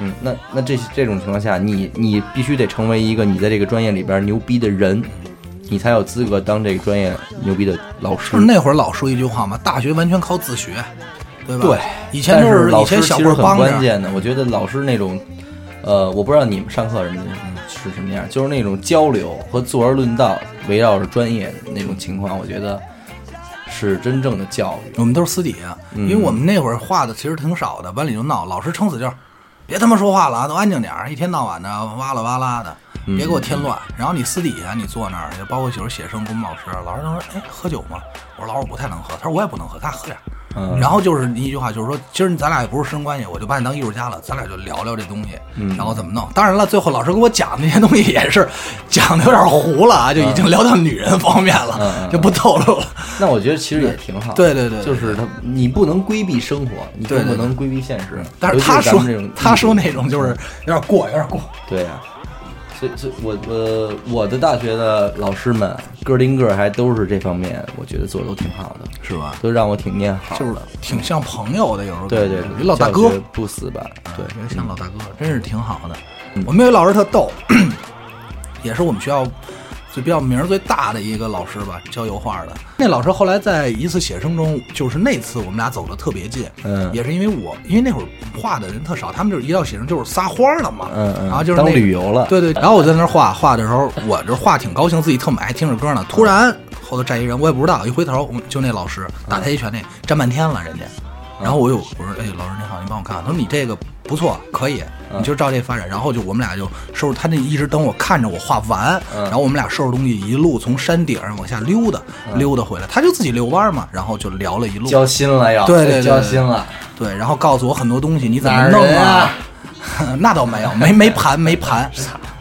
F: 嗯，那那这这种情况下，你你必须得成为一个你在这个专业里边牛逼的人，你才有资格当这个专业牛逼的老师。
G: 就是那会儿老说一句话嘛，大学完全靠自学，对吧？
F: 对，
G: 以前就
F: 但是
G: 以
F: 老师
G: 前小
F: 其
G: 棍
F: 实
G: 儿
F: 很
G: 帮
F: 关
G: 着，
F: 键的，我觉得老师那种，呃，我不知道你们上课什么是什么样，就是那种交流和坐而论道，围绕着专业那种情况，我觉得是真正的教育。
G: 我们都是私底下，因为我们那会儿话的其实挺少的，班里就闹，老师撑死劲儿，别他妈说话了啊，都安静点儿，一天到晚的哇啦哇啦的，别给我添乱。然后你私底下你坐那儿，就包括有时候写生，跟我们老师，老师都说，哎，喝酒吗？我说老师我不太能喝，他说我也不能喝，咱俩喝点儿。然后就是一句话，就是说，今儿咱俩也不是师生关系，我就把你当艺术家了，咱俩就聊聊这东西，然后怎么弄。当然了，最后老师给我讲那些东西也是讲的有点糊了啊，就已经聊到女人方面了，就不透露了。
F: 那我觉得其实也挺好。
G: 对对对对
F: 就是他，你不能规避生活，你
G: 对
F: 更
G: 对
F: 不
G: 对嗯
F: 能规避现实。
G: 但是他
F: 尤其咱
G: 说
F: 们这种嗯
G: 他说那种就是有点过，有点过。
F: 对啊，所以所以我我我的大学的老师们个儿顶个儿还都是这方面，我觉得做的都挺好的，
G: 是吧
F: 都让我挺念好的。
G: 就是挺像朋友的，有时候
F: 对对
G: 感觉
F: 对，
G: 老大
F: 教
G: 哥
F: 学，不死吧？对，
G: 觉得像老大哥，真是挺好的。
F: 嗯
G: 我们有一老师特逗，也是我们学校最比较名儿最大的一个老师吧，教油画的。那老师后来在一次写生中，就是那次我们俩走的特别近，
F: 嗯
G: 也是因为我，因为那会儿画的人特少，他们就是一到写生就是撒花了嘛，
F: 嗯嗯
G: 然后就是那
F: 当旅游了
G: 对对。然后我在那儿画画的时候，我这画挺高兴，自己特美，还听着歌呢。
F: 嗯
G: 突然后头站一人，我也不知道，一回头就那老师打他一拳，那站半天了，人家。
F: 嗯
G: 然后我又我说，哎，老师您好，您帮我看看。他说你这个不错，可以，
F: 嗯
G: 你就照这发展。然后就我们俩就收拾，他那一直等我看着我画完，
F: 嗯
G: 然后我们俩收拾东西，一路从山顶上往下溜达，溜达回来，他就自己遛弯儿嘛，然后就聊了一路。
F: 嗯
H: 嗯
F: 交心了要，
G: 对对对对
F: 交心了。
G: 对，然后告诉我很多东西，你怎
F: 哪
G: 么
F: 儿
G: 弄
F: 人
G: 啊
F: 啊？
G: 那倒没有，没没盘没盘。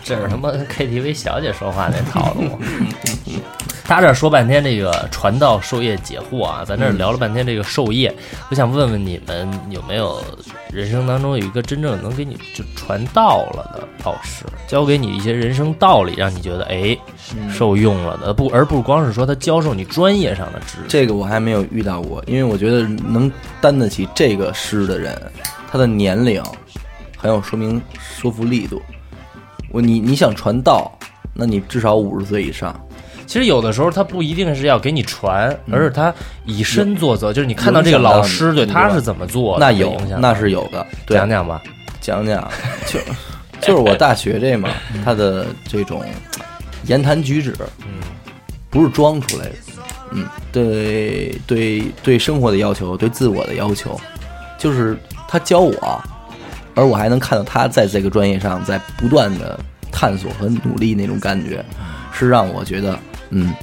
H: 这是他 妈 KTV 小姐说话那套路。啊嗯他这说半天这个传道授业解惑啊，咱这聊了半天这个授业，我想问问你们有没有人生当中有一个真正能给你就传道了的老师，教给你一些人生道理，让你觉得哎受用了的，不而不光是说他教授你专业上的知识。
F: 这个我还没有遇到过，因为我觉得能担得起这个诗的人，他的年龄很有说明说服力度。我你你想传道，那你至少五十岁以上。
H: 其实有的时候他不一定是要给你传，而是他以身作则，就是你看到这个
F: 影响到
H: 老
F: 你
H: 师对
F: 对吧
H: 他是怎么做的，
F: 那
H: 哦会
F: 有
H: 影响
F: 那
H: 到
F: 是有的，对
H: 讲讲吧。
F: 讲讲，就就是我大学这嘛，他的这种言谈举止，嗯，不是装出来的，嗯，对对对生活的要求，对自我的要求，就是他教我，而我还能看到他在这个专业上在不断的探索和努力那种感觉，是让我觉得，嗯，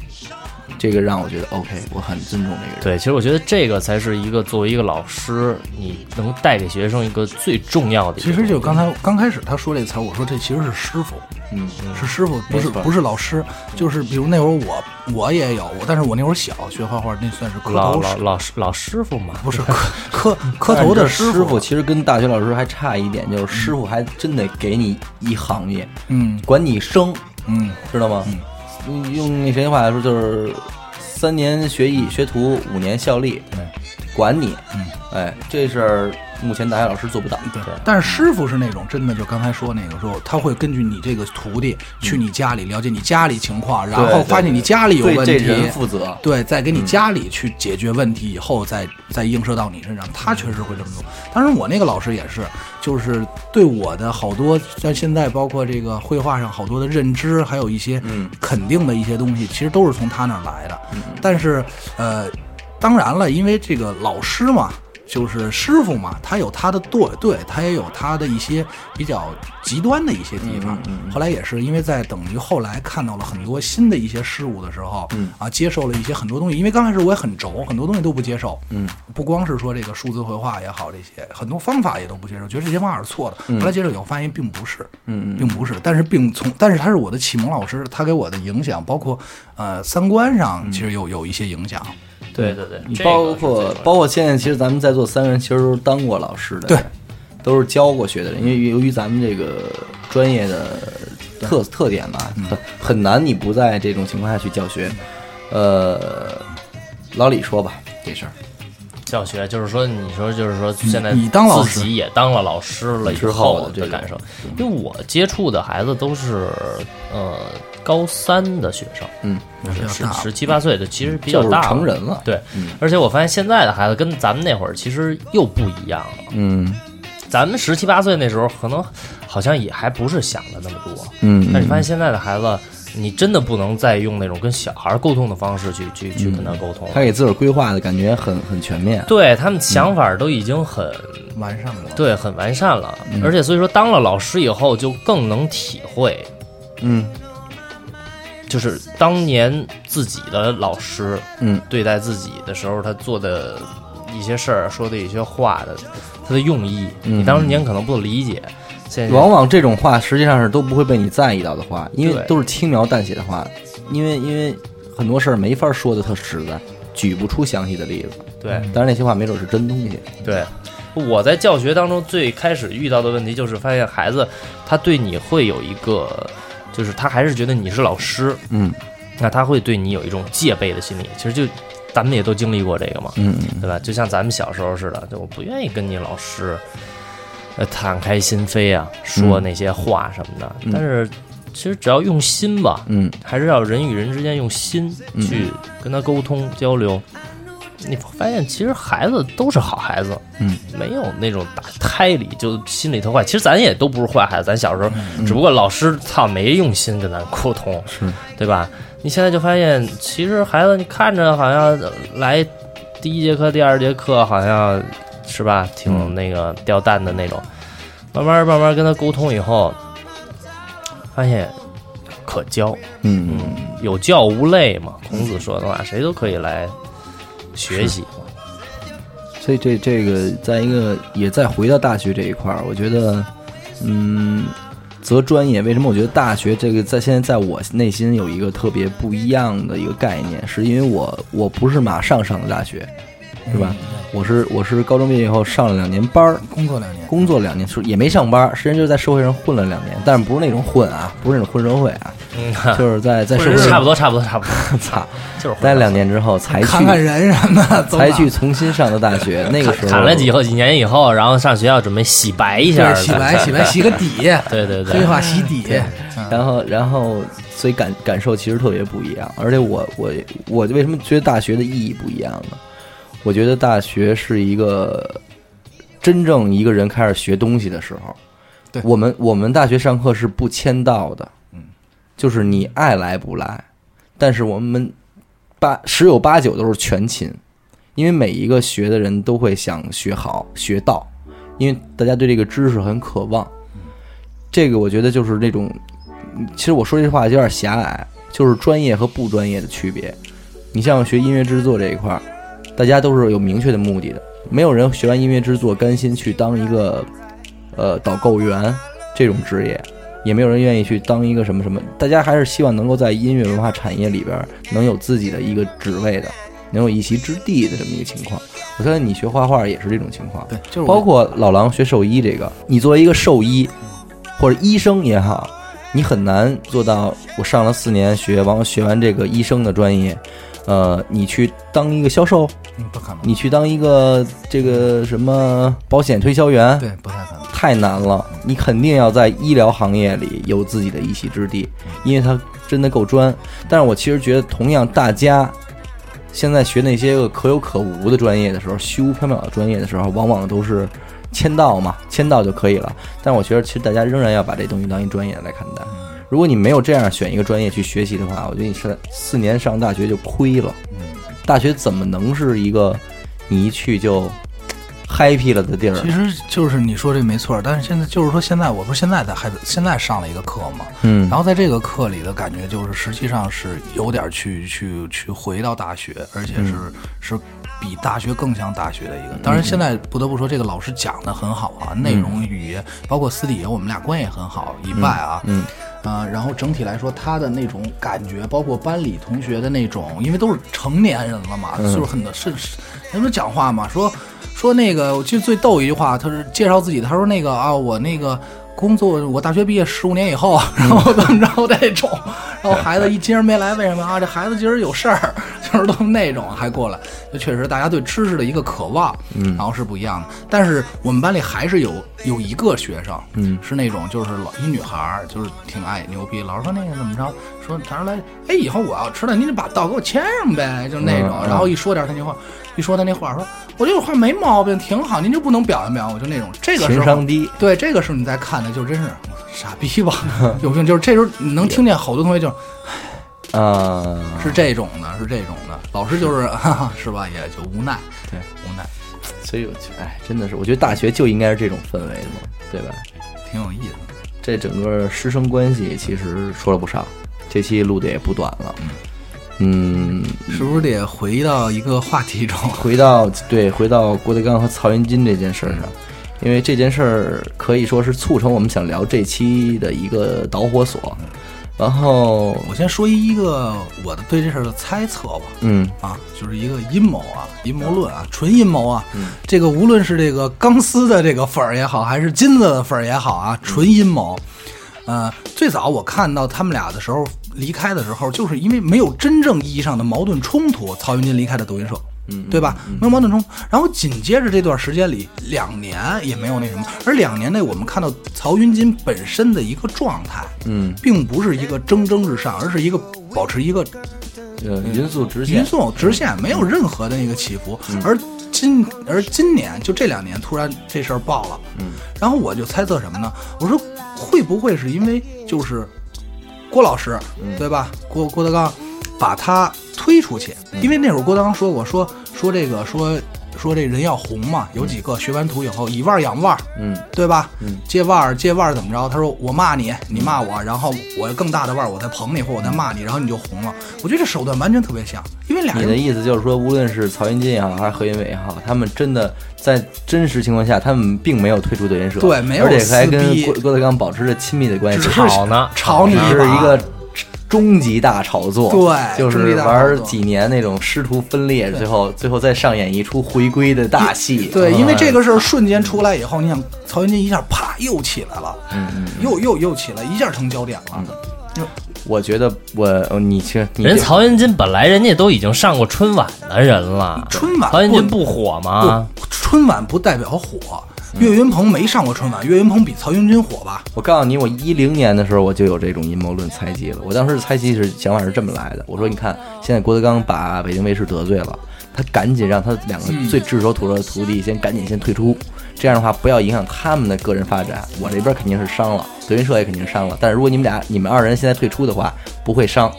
F: 这个让我觉得 OK，我很尊重这个人。
H: 对，其实我觉得这个才是一个作为一个老师，你能带给学生一个最重要的一个
G: 其
H: 东西。
G: 实就刚才刚开始他说这词儿，我说这其实是师傅，
F: 嗯，
G: 是师傅，不是不是老师，就是比如那会儿我我也有，但是我那会儿小学画画，那算是磕
H: 老
G: 头
H: 老
G: 师，
H: 老师老师傅嘛，
G: 不是磕磕 磕头
F: 但
G: 的
F: 是师
G: 傅，
F: 其实跟大学老师还差一点，就是师傅还真得给你一行业，
G: 嗯
F: 管你生，
G: 嗯，
F: 知道吗？用用那谁的话来说，就是三年学艺学徒，五年效力，管你。哎，这事儿目前大学老师做不到。
G: 嗯对，但是师傅是那种真的，就刚才说那个说，他会根据你这个徒弟去你家里了解你家里情况，然后
F: 对
G: 发现你家里有问
F: 对这
G: 题，
F: 人负责。
G: 对，再给你家里去解决问题以后再，再映射到你身上，他确实会这么做。当然，我那个老师也是，就是对我的好多，像现在包括这个绘画上好多的认知，还有一些
F: 嗯
G: 肯定的一些东西，其实都是从他那儿来的。但是，呃，当然了，因为这个老师嘛。就是师傅嘛，他有他的对对，他也有他的一些比较极端的一些地方。后来也是因为在等于后来看到了很多新的一些事物的时候，啊，接受了一些很多东西。因为刚开始我也很轴，很多东西都不接受。嗯，不光是说这个数字绘画也好，这些很多方法也都不接受，觉得这些方法是错的。后来接受以后发现并不是，嗯，并不是。但是并从，但是他是我的启蒙老师，他给我的影响，包括呃三观上其实有有一些影响。
H: 对对对，这个
F: 包
H: 是
F: 括
H: 最
F: 包括现在，其实咱们在座三个人其实都是当过老师的，
G: 对，
F: 都是教过学的人。因为由于咱们这个专业的特特点吧，
G: 嗯
F: 很很难你不在这种情况下去教学。呃，老李说吧，
G: 这事儿
H: 教学就是说，你说就是说，现在
G: 你当老师
H: 自己也当了老师了以
F: 之后
H: 后
F: 的这
H: 的
F: 种
H: 感受，因为我接触的孩子都是呃高三的学生，
F: 嗯，
G: 比较
H: 十
G: 大
H: 十七八岁的，其实比较
F: 就是
H: 大
F: 成人了嗯
H: 对，而且我发现现在的孩子跟咱们那会儿其实又不一样了。
F: 嗯
H: 咱们十七八岁那时候，可能好像也还不是想的那么多，
F: 嗯
H: 但是发现现在的孩子，你真的不能再用那种跟小孩沟通的方式去去去跟他沟通了。
F: 他给自个儿规划的感觉很很全面。
H: 对他们想法都已经很
G: 完善了。
H: 对，很完善了。而且所以说，当了老师以后，就更能体会，
F: 嗯，
H: 就是当年自己的老师，
F: 嗯，
H: 对待自己的时候，他做的一些事儿，说的一些话的，他的用意，
F: 嗯啊
H: 你当时年可能不理解，现在
F: 往往这种话实际上是都不会被你在意到的话，因为
H: 对
F: 都是轻描淡写的话，因为因为很多事儿没法说的特实在，举不出详细的例子。
H: 对
F: 但是那些话没准是真东西。
H: 对。我在教学当中最开始遇到的问题就是发现孩子他对你会有一个，就是他还是觉得你是老师，
F: 嗯
H: 那他会对你有一种戒备的心理。其实就咱们也都经历过这个嘛，
F: 嗯
H: 对吧？就像咱们小时候似的，就我不愿意跟你老师，呃，敞开心扉啊，说那些话什么的。但是其实只要用心吧，
F: 嗯
H: 还是要人与人之间用心去跟他沟通交流。你发现其实孩子都是好孩子，
F: 嗯，
H: 没有那种打胎里就心里头坏。其实咱也都不是坏孩子，咱小时候
F: 嗯
H: 只不过老师操没用心跟咱沟通，是对吧？你现在就发现，其实孩子你看着好像呃来第一节课、第二节课好像是吧，挺那个掉蛋的那种。慢慢慢慢跟他沟通以后，发现可教，
F: 嗯
H: 有教无类嘛。孔子说的话，谁都可以来学习嘛。
F: 所以这这个，在一个也再回到大学这一块儿，我觉得，嗯，择专业，为什么我觉得大学这个在现在在我内心有一个特别不一样的一个概念，是因为我我不是马上上的大学，是吧？
H: 嗯
F: 我是我是高中毕业以后上了两年班儿，
G: 工作两年，
F: 工作两年，是也没上班儿，实际上就是在社会上混了两年，但是不是那种混啊，不是那种混社会啊，
H: 嗯，
F: 就是在在 社会
H: 差
F: 上
H: 不多，差不多，差不多，
F: 操，
H: 就是
F: 待两年之后才去
G: 看看人什 么的，走哪
F: 才去重新上的大学， 那个时候
H: 砍了几后几年以后，然后上学校准备洗白一下，
G: 对洗白洗白洗个 底，
H: 对对
G: 黑
H: 对，
G: 化洗底。
F: 然后，然后，所以感感受其实特别不一样。而且我我我为什么觉得大学的意义不一样呢？我觉得大学是一个真正一个人开始学东西的时候。
G: 对
F: 我们我们大学上课是不签到的，嗯，就是你爱来不来，但是我们八十有八九都是全勤，因为每一个学的人都会想学好、学到，因为大家对这个知识很渴望。这个我觉得就是那种，其实我说这话有点狭隘，就是专业和不专业的区别。你像学音乐制作这一块儿，大家都是有明确的目的的，没有人学完音乐制作甘心去当一个呃导购员这种职业，也没有人愿意去当一个什呃么什么，大家还是希望能够在音乐文化产业里边儿能有自己的一个职位的，能有一席之地的这么一个情况。我相信你学画画也是这种情况，
G: 对，就是
F: 包括老狼学兽医这个，你作为一个兽医或者医生也好，你很难做到我上了四年学，完学完这个医生的专业，呃，你去当一个销售，
G: 嗯不可能，
F: 你去当一个这个什么保险推销员，
G: 对，不太可能。
F: 太难了。你肯定要在医疗行业里有自己的一席之地，因为它真的够专。但是我其实觉得，同样大家现在学那些个可有可无的专业的时候，虚无缥缈的专业的时候，往往都是签到嘛，签到就可以了。但我觉得，其实大家仍然要把这东西当一专业来看待。如果你没有这样选一个专业去学习的话，我觉得你是四年上大学就亏了。大学怎么能是一个你一去就 happy 了的地儿？
G: 其实就是你说这没错，但是现在就是说现在我不是现在在孩子现在上了一个课嘛，
F: 嗯
G: 然后在这个课里的感觉就是，实际上是有点去去去回到大学，而且是、是比大学更像大学的一个。当然，现在不得不说，这个老师讲的很好啊，内容语言，包括私底下我们俩关系也很好以外啊，嗯。啊、然后整体来说，他的那种感觉，包括班里同学的那种，因为都是成年人了嘛，岁数很大，是是，人们讲话嘛，说说那个，我记得最逗一句话，他是介绍自己，他说那个啊，我那个工作，我大学毕业十五年以后，然后怎么着这种，然后孩子一今儿没来，为什么啊？这孩子今儿有事儿， 就是都那种还过来，就确实大家对知识的一个渴望，嗯，然后是不一样的。但是我们班里还是有有一个学生，嗯，是那种就是老一女孩儿，就是挺爱牛逼，老师说那个怎么着，说他说来，哎，以后我要吃了，你得把道给我签上呗，就是那种，
F: 嗯
G: 然后一说点他那话。一说他那话，说我觉得我画没毛病，挺好，您就不能表扬表扬我？就那种这个时候
F: 情商低，
G: 对，这个时候你再看呢，就真是哎傻逼 吧，有病。就是这时候你能听见好多同学就是
F: 啊，
G: 是这种的，是这种的，老师就是 哈哈，是吧？也就无奈，对，无奈，
F: 所以我觉得，哎，真的是，我觉得大学就应该是这种氛围的嘛，对吧？
G: 挺有意思的。
F: 这整个师生关系其实说了不少，这期录的也不短了。嗯，
G: 是不是得回到一个话题中？
F: 回到对，回到郭德纲和曹云金这件事儿上，因为这件事儿可以说是促成我们想聊这期的一个导火索。然后，
G: 我先说一个我的对这事儿的猜测吧。
F: 嗯，
G: 啊，就是一个阴谋啊，阴谋论啊，纯阴谋啊。这个无论是这个钢丝的这个粉儿也好，还是金子的粉儿也好啊，纯阴谋。呃，最早我看到他们俩的时候，离开的时候，就是因为没有真正意义上的矛盾冲突，曹云金离开了德云社。嗯，对吧？没有矛盾冲突。然后紧接着这段时间里，两年也没有那什么，而两年内我们看到曹云金本身的一个状态，嗯，并不是一个蒸蒸日上，而是一个保持一个
F: 呃，匀速直
G: 匀
F: 线，
G: 速直线，嗯没有任何的那个起伏。而今而今年就这两年突然这事儿爆了，嗯，然后我就猜测什么呢？我说会不会是因为就是郭老师，对吧？郭郭德纲把他推出去，因为那会儿郭德纲说过，说说这个说。说这人要红嘛，有几个学完图以后以腕儿养腕儿，
F: 嗯，
G: 对吧？嗯，借腕儿借腕儿怎么着？他说我骂你，你骂我，然后我更大的腕儿我再捧你或我再骂你，然后你就红了。我觉得这手段完全特别像，因为俩
F: 你的
G: 人
F: 意思就是说，无论是曹云金也好，还是何云伟也好，他们真的在真实情况下，他们并没有退出德云社，
G: 对没有
F: 而且还
G: 撕
F: 跟
G: 逼
F: 郭郭德纲保持着亲密的关系
G: 只，是
H: 吵呢
G: 吵你
F: 只
G: 一
F: 是一
G: 把
F: 个终极大炒作，
G: 对
F: 就
G: 终
F: 是
G: 极大炒
F: 玩
G: 作
F: 几年那种师徒分裂，最后最后再上演一出回归的大戏，嗯
G: 对，因为这
F: 个
G: 个事儿瞬间出来以后，你想曹云金一下啪又起来了，嗯，又又又起来，一下成焦点了。
F: 我觉得我呃你去你
H: 人曹云金本来人家都已经上过春晚的人了，
G: 春晚
H: 曹云金不火吗？
F: 啊
G: 不，春晚不代表火，岳云鹏没上过春晚，岳云鹏比曹云金火吧？
F: 我告诉你，我一零年的时候我就有这种阴谋论猜忌了。我当时猜忌是想法是这么来的，我说你看，现在郭德纲把北京卫视得罪了，他赶紧让他两个最炙手可热的徒弟先赶紧先退出，这样的话不要影响他们的个人发展。我这边肯定是伤了，德云社也肯定伤了，但是如果你们俩你们二人现在退出的话，不会伤。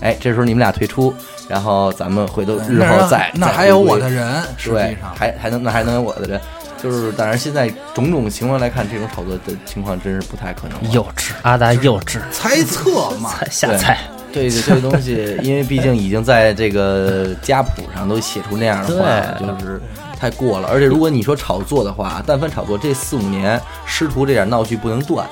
F: 哎，这时候你们俩退出，然后咱们回头日
G: 那
F: 后
G: 儿
F: 再
G: 那
F: 再
G: 还有
F: 回归
G: 我的人，啊实
F: 对
G: 际，上
F: 还还能那还能有我的人，就是当然现在种种情况来看，这种炒作的情况真是不太可能了。
H: 幼稚，阿达幼稚，
G: 猜测嘛，
H: 下菜。
F: 对对，这个东西，因为毕竟已经在这个家谱上都写出那样的话了，就是太过了。而且如果你说炒作的话，但凡炒作，这四五年师徒这点闹剧不能断。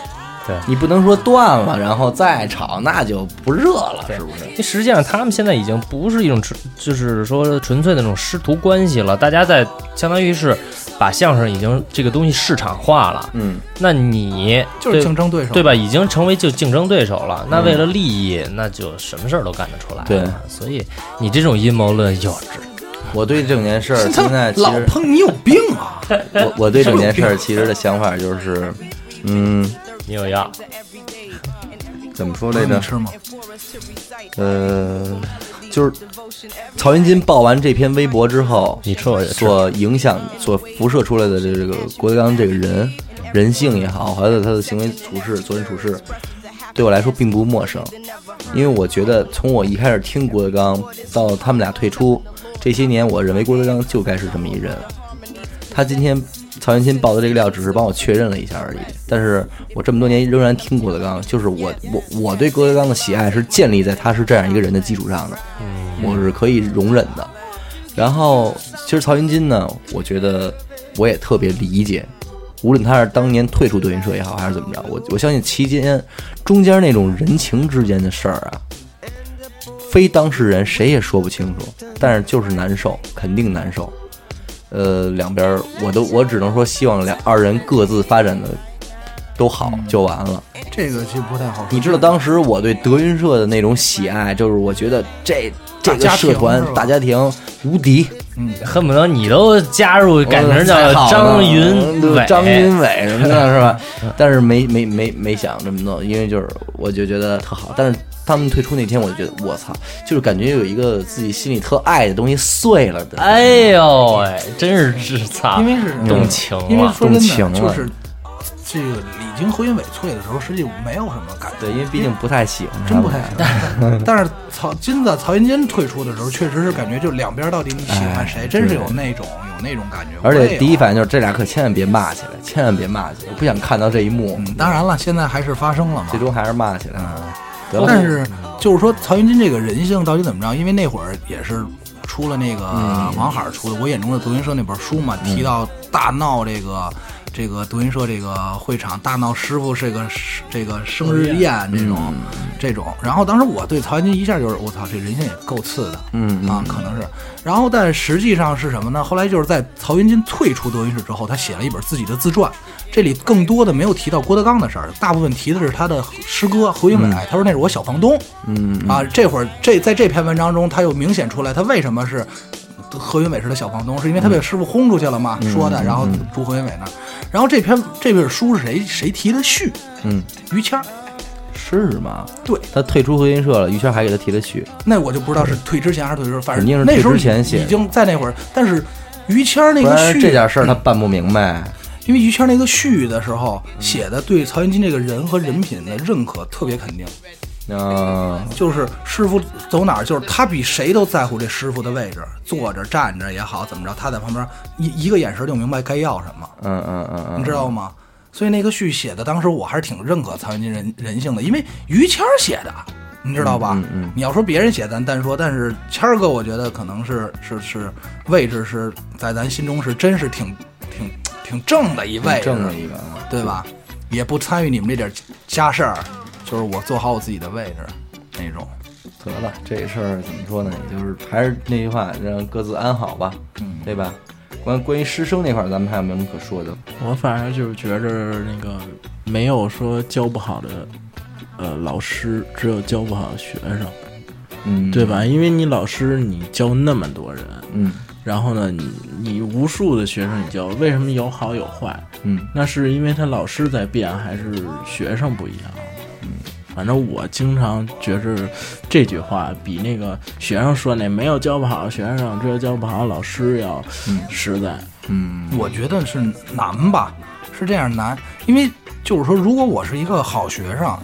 H: 对
F: 你不能说断了，然后再炒，那就不热了，是不是？
H: 因为实际上他们现在已经不是一种纯，就是说纯粹的那种师徒关系了。大家在相当于是把相声已经这个东西市场化了。
F: 嗯，
H: 那你
G: 就是
H: 对
G: 竞争对手，
H: 对？吧？已经成为就竞争对手了。那为了利益，那就什么事儿都干得出来。
F: 嗯对，
H: 所以你这种阴谋论幼稚。
F: 我对这件事儿 现在其
G: 老
F: 实
G: 碰你有病啊！
F: 我我对整件事儿其实的想法就是，嗯，
H: 你有药，
F: 怎么说来
G: 能
F: 着
G: 你？吃吗？
F: 呃，就是曹云金爆完这篇微博之后，
H: 你吃我也吃
F: 所影响、所辐射出来的这个郭德纲这个人人性也好，还有他的行为处事、做人处事，对我来说并不陌生，因为我觉得从我一开始听郭德纲到他们俩退出这些年，我认为郭德纲就该是这么一人。他今天曹云金爆的这个料，只是帮我确认了一下而已。但是我这么多年仍然听郭德纲，就是我我我对郭德纲的喜爱是建立在他是这样一个人的基础上的，我是可以容忍的。然后其实曹云金呢，我觉得我也特别理解，无论他是当年退出德云社也好，还是怎么着，我我相信期间中间那种人情之间的事儿啊，非当事人谁也说不清楚，但是就是难受，肯定难受。呃，两边儿我都我只能说，希望两二人各自发展的都好
G: 嗯
F: 就完了。
G: 这个其实不太好说。
F: 你知道当时我对德云社的那种喜爱，就是我觉得这这个
G: 大家庭
F: 社团
G: 是吧
F: 大家庭无敌，
H: 恨不得你都加入，改名
F: 嗯太
H: 叫
F: 好了嗯
H: 张云伟。
F: 张云伟什么 的，是吧？但是没没没没想这么弄，因为就是我就觉得特好。但是他们退出那天，我就觉得我操，就是感觉有一个自己心里特爱的东西碎了的。
H: 哎呦喂、真是智操，
G: 因为是
H: 动情
G: 因为
H: 了。
G: 说真
F: 嗯情
G: 的，
F: 了
G: 就是这个李菁回音尾萃的时候，实际没有什么感觉，
F: 对，因为毕竟不太喜欢他
G: 真
F: 们，
G: 不太喜欢。 但是曹金子曹云金退出的时候，确实是感觉就两边到底你喜欢谁，真是有那种有那种感觉。
F: 哎而
G: 我也
F: 且
G: 有啊
F: 第一反应就是这俩可千万别骂起来，千万别骂起来，我不想看到这一幕。
G: 嗯，当然嗯了，现在还是发生了嘛
F: 最。终还是骂起来了。得了
G: 但是就是说，曹云金这个人性到底怎么着？因为那会儿也是出了那个王海儿出的《我眼中的德云社》那本书嘛，提到大闹这个这个德云社这个会场，大闹师傅这个这个生日宴这种这种。然后当时我对曹云金一下就是我操，这人性也够次的，嗯啊，可能是。然后但实际上是什么呢？后来就是在曹云金退出德云社之后，他写了一本自己的自传，这里更多的没有提到郭德纲的事儿，大部分提的是他的师哥侯
F: 嗯
G: 云伟，他说那是我小房东，嗯啊，这会儿这在这篇文章中，他又明显出来他为什么是何云伟是他小房东，是因为
F: 嗯
G: 他被师傅轰出去了嘛，说的，然后住何云伟那儿。然后这篇这本书是谁谁提的序？
F: 嗯，
G: 于谦儿。
F: 是吗？
G: 对，
F: 他退出合音社了，于谦还给他提了序。
G: 那我就不知道是退之前还是退之后，反
F: 肯定是
G: 正
F: 退
G: 那时候
F: 之前写的
G: 已经在那会儿，但是于谦儿那
F: 不
G: 个
F: 然
G: 序
F: 这点事儿他办不明白。
G: 因为于谦那个序的时候写的对曹云金这个人和人品的认可特别肯定，
F: 嗯，
G: 就是师傅走哪儿，就是他比谁都在乎这师傅的位置，坐着站着也好，怎么着，他在旁边一一个眼神就明白该要什么，
F: 嗯嗯嗯嗯，
G: 你知道吗？所以那个序写的，当时我还是挺认可曹云金人人性的，因为于谦儿写的，你知道吧？你要说别人写咱单说，但是谦儿哥，我觉得可能是是是位置是在咱心中是真是挺挺挺正的一位置，
F: 正了一个啊。
G: 对吧？也不参与你们这点家事儿，就是我做好我自己的位置那种。
F: 得了，这事儿怎么说呢？也就是还是那句话，让各自安好吧，
G: 嗯
F: 对吧？关关于师生那块儿，咱们还有没有什么可说的？
D: 我反正就是觉着那个没有说教不好的，呃，老师，只有教不好的学生，
F: 嗯，
D: 对？吧？因为你老师你教那么多人，
F: 嗯
D: 然后呢，你你无数的学生你教，为什么有好有坏？
F: 嗯，
D: 那是因为他老师在变，还是学生不一样？反正我经常觉着这句话比那个学生说那没有教不好的学生，只有教不好的老师要实在。
G: 我觉得是难吧，是这样难，因为就是说，如果我是一个好学生，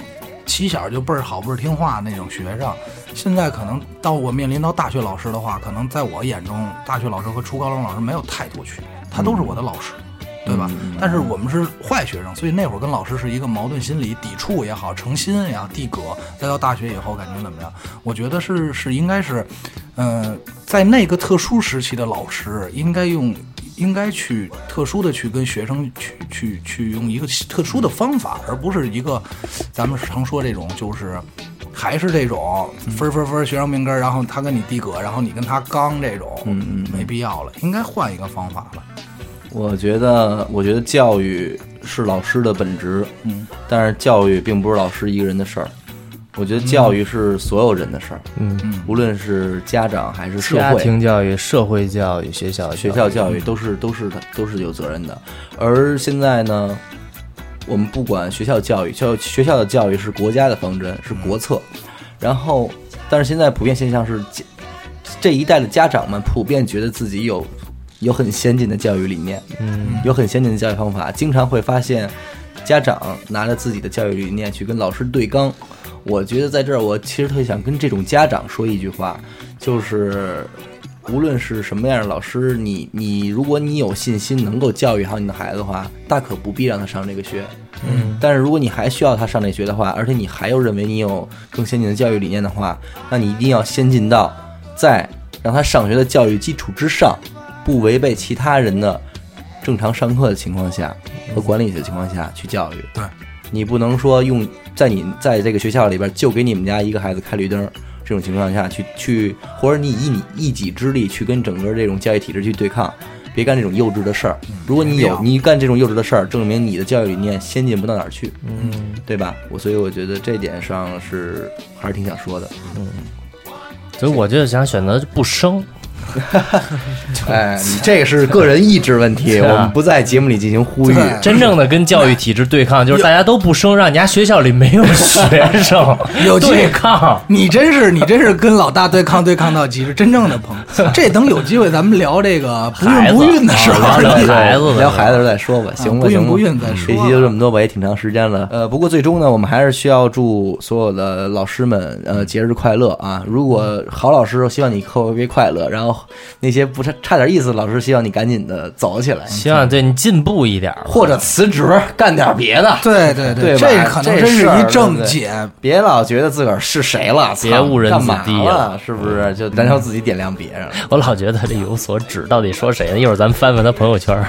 G: 起小就倍儿好、倍儿听话那种学生，现在可能到我面临到大学老师的话，可能在我眼中，大学老师和初高中老师没有太多区别，他都是我的老师。对吧？但是我们是坏学生，所以那会儿跟老师是一个矛盾心理，抵触也好，诚心也好，地隔。再到大学以后，感觉怎么样？我觉得是是应该是，呃，在那个特殊时期的老师应该用。应该去特殊的去跟学生去去去用一个特殊的方法，而不是一个咱们常说这种就是还是这种分儿分儿分儿学生命根儿，然后他跟你递葛，然后你跟他刚这种，嗯嗯，没必要了，应该换一个方法了。
F: 我觉得，我觉得教育是老师的本职，嗯，但是教育并不是老师一个人的事儿。我觉得教育是所有人的事儿，
H: 嗯，
F: 无论是家长还是社
H: 家
F: 会、
H: 庭教育、社会教育、学校
F: 学校教育，都是都是都是有责任的。而现在呢，我们不管学校教育，校学校的教育是国家的方针，是国策。然后，但是现在普遍现象是，家这一代的家长们普遍觉得自己有有很先进的教育理念，嗯，有很先进的教育方法，经常会发现家长拿着自己的教育理念去跟老师对刚。我觉得在这儿，我其实特别想跟这种家长说一句话，就是无论是什么样的老师，你你如果你有信心能够教育好你的孩子的话，大可不必让他上这个学。嗯，但是如果你还需要他上这学的话，而且你还有认为你有更先进的教育理念的话，那你一定要先进到在让他上学的教育基础之上，不违背其他人的正常上课的情况下和管理的情况下去教育。
G: 对，
F: 你不能说用在你在这个学校里边就给你们家一个孩子开绿灯儿这种情况下去去，或者你以你一己之力去跟整个这种教育体制去对抗。别干这种幼稚的事儿。如果你嗯有你干这种幼稚的事儿，证明你的教育理念先进不到哪儿去，嗯，对吧？我所以我觉得这点上是还是挺想 说的。
H: 所以我就想选择不生，
F: 哎， 你这个是个人意志问 题，
H: 是啊
F: 我们不在节目里进行呼吁。
G: 对
H: 真正的跟教育体制对抗，就是大家都不生，让你家学校里没有学生
G: 有机会
H: 对抗。
G: 你真是你真是跟老大对抗对抗到极致，真正的朋 友。这等有机会咱们聊这个不
H: 孩
G: 孕
H: 子
G: 不孕的时候，
H: 啊聊孩子的
F: 哎聊孩子的时候再说吧，行吧，
G: 啊不孕
F: 行吧嗯
G: 不孕再说嗯
F: 这期就这么多吧，也挺长时间了。呃，不过最终呢，我们还是需要祝所有的老师们
G: 嗯
F: 呃节日快乐啊！如果好老师，希望你课别快乐；然后那些不差差点意思的老师，希望你赶紧的走起来，
H: 希望对你进步一点儿吧，
F: 或者辞职干点别的，
G: 对对
F: 对吧
G: 这可能真是
F: 这事儿
G: 一正解。
F: 别老觉得自个儿是谁了，
H: 别
F: 操
H: 误人
F: 干
H: 子
F: 嘛
H: 弟
F: 了
H: 了，
F: 是不
G: 嗯
F: 是？就咱要自己点亮别人。
H: 我老觉得这有所指，到底说谁呢？一会儿咱们翻翻他朋友圈儿。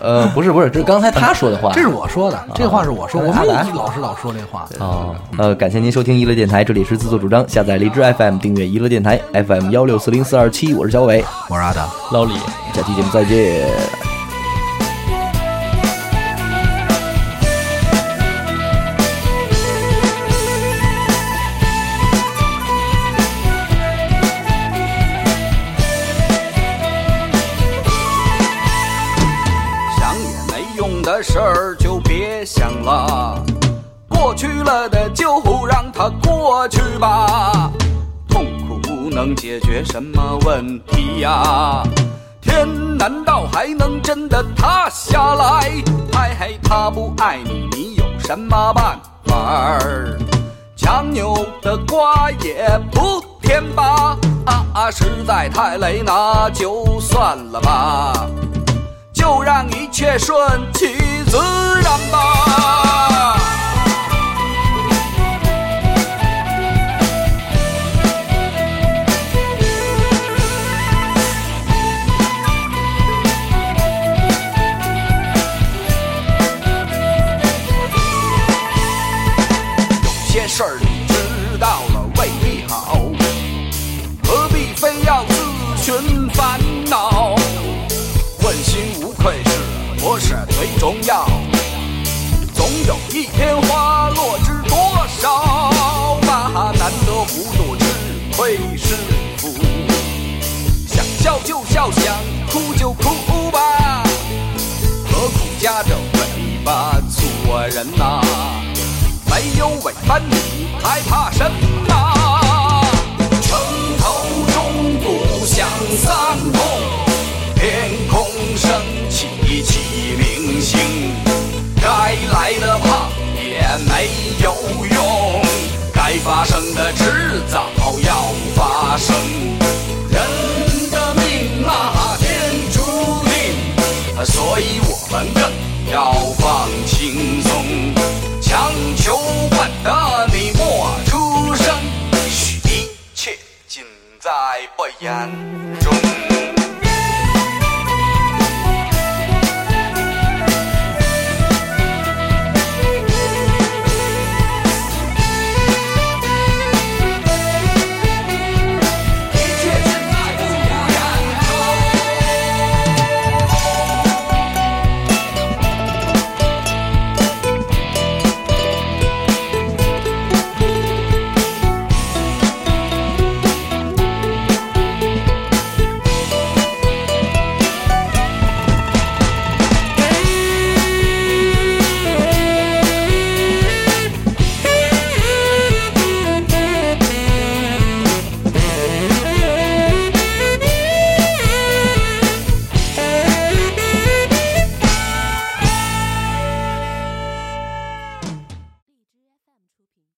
F: 呃，不是不是，啊这是刚才他说的话。
G: 这是我说的，这话是我说，我
F: 阿
G: 们
F: 达
G: 老师老说这话。
H: 哦，
F: 呃，感谢您收听娱乐电台，这里是自作主张，下载荔枝 FM 订阅娱乐电台 FM 幺六四零四二七，我是小伟，
G: 我是阿达。
H: 老李。
F: 下期节目再见。
J: 想也没用的事儿就别想了，过去了的就让它过去吧。痛苦不能解决什么问题呀、天难道还能真的塌下来？爱还他不爱你，你有什么办法儿？强扭的瓜也不甜吧？啊啊，实在太累，那就算了吧。就让一切顺其自然吧。有些事儿你知道了未必好，何必非要自寻烦恼？问心无愧是不是最重要？总有一天花落知多少吧，难得糊涂，吃亏是福。想笑就笑，想哭就哭吧，何苦夹着尾巴做人呐、没有尾巴你还怕什么？城头钟鼓响三通。天空升起七明星，该来的怕也没有用，反正要放轻松，强求惯得你莫出声，嘘一切尽在不言中。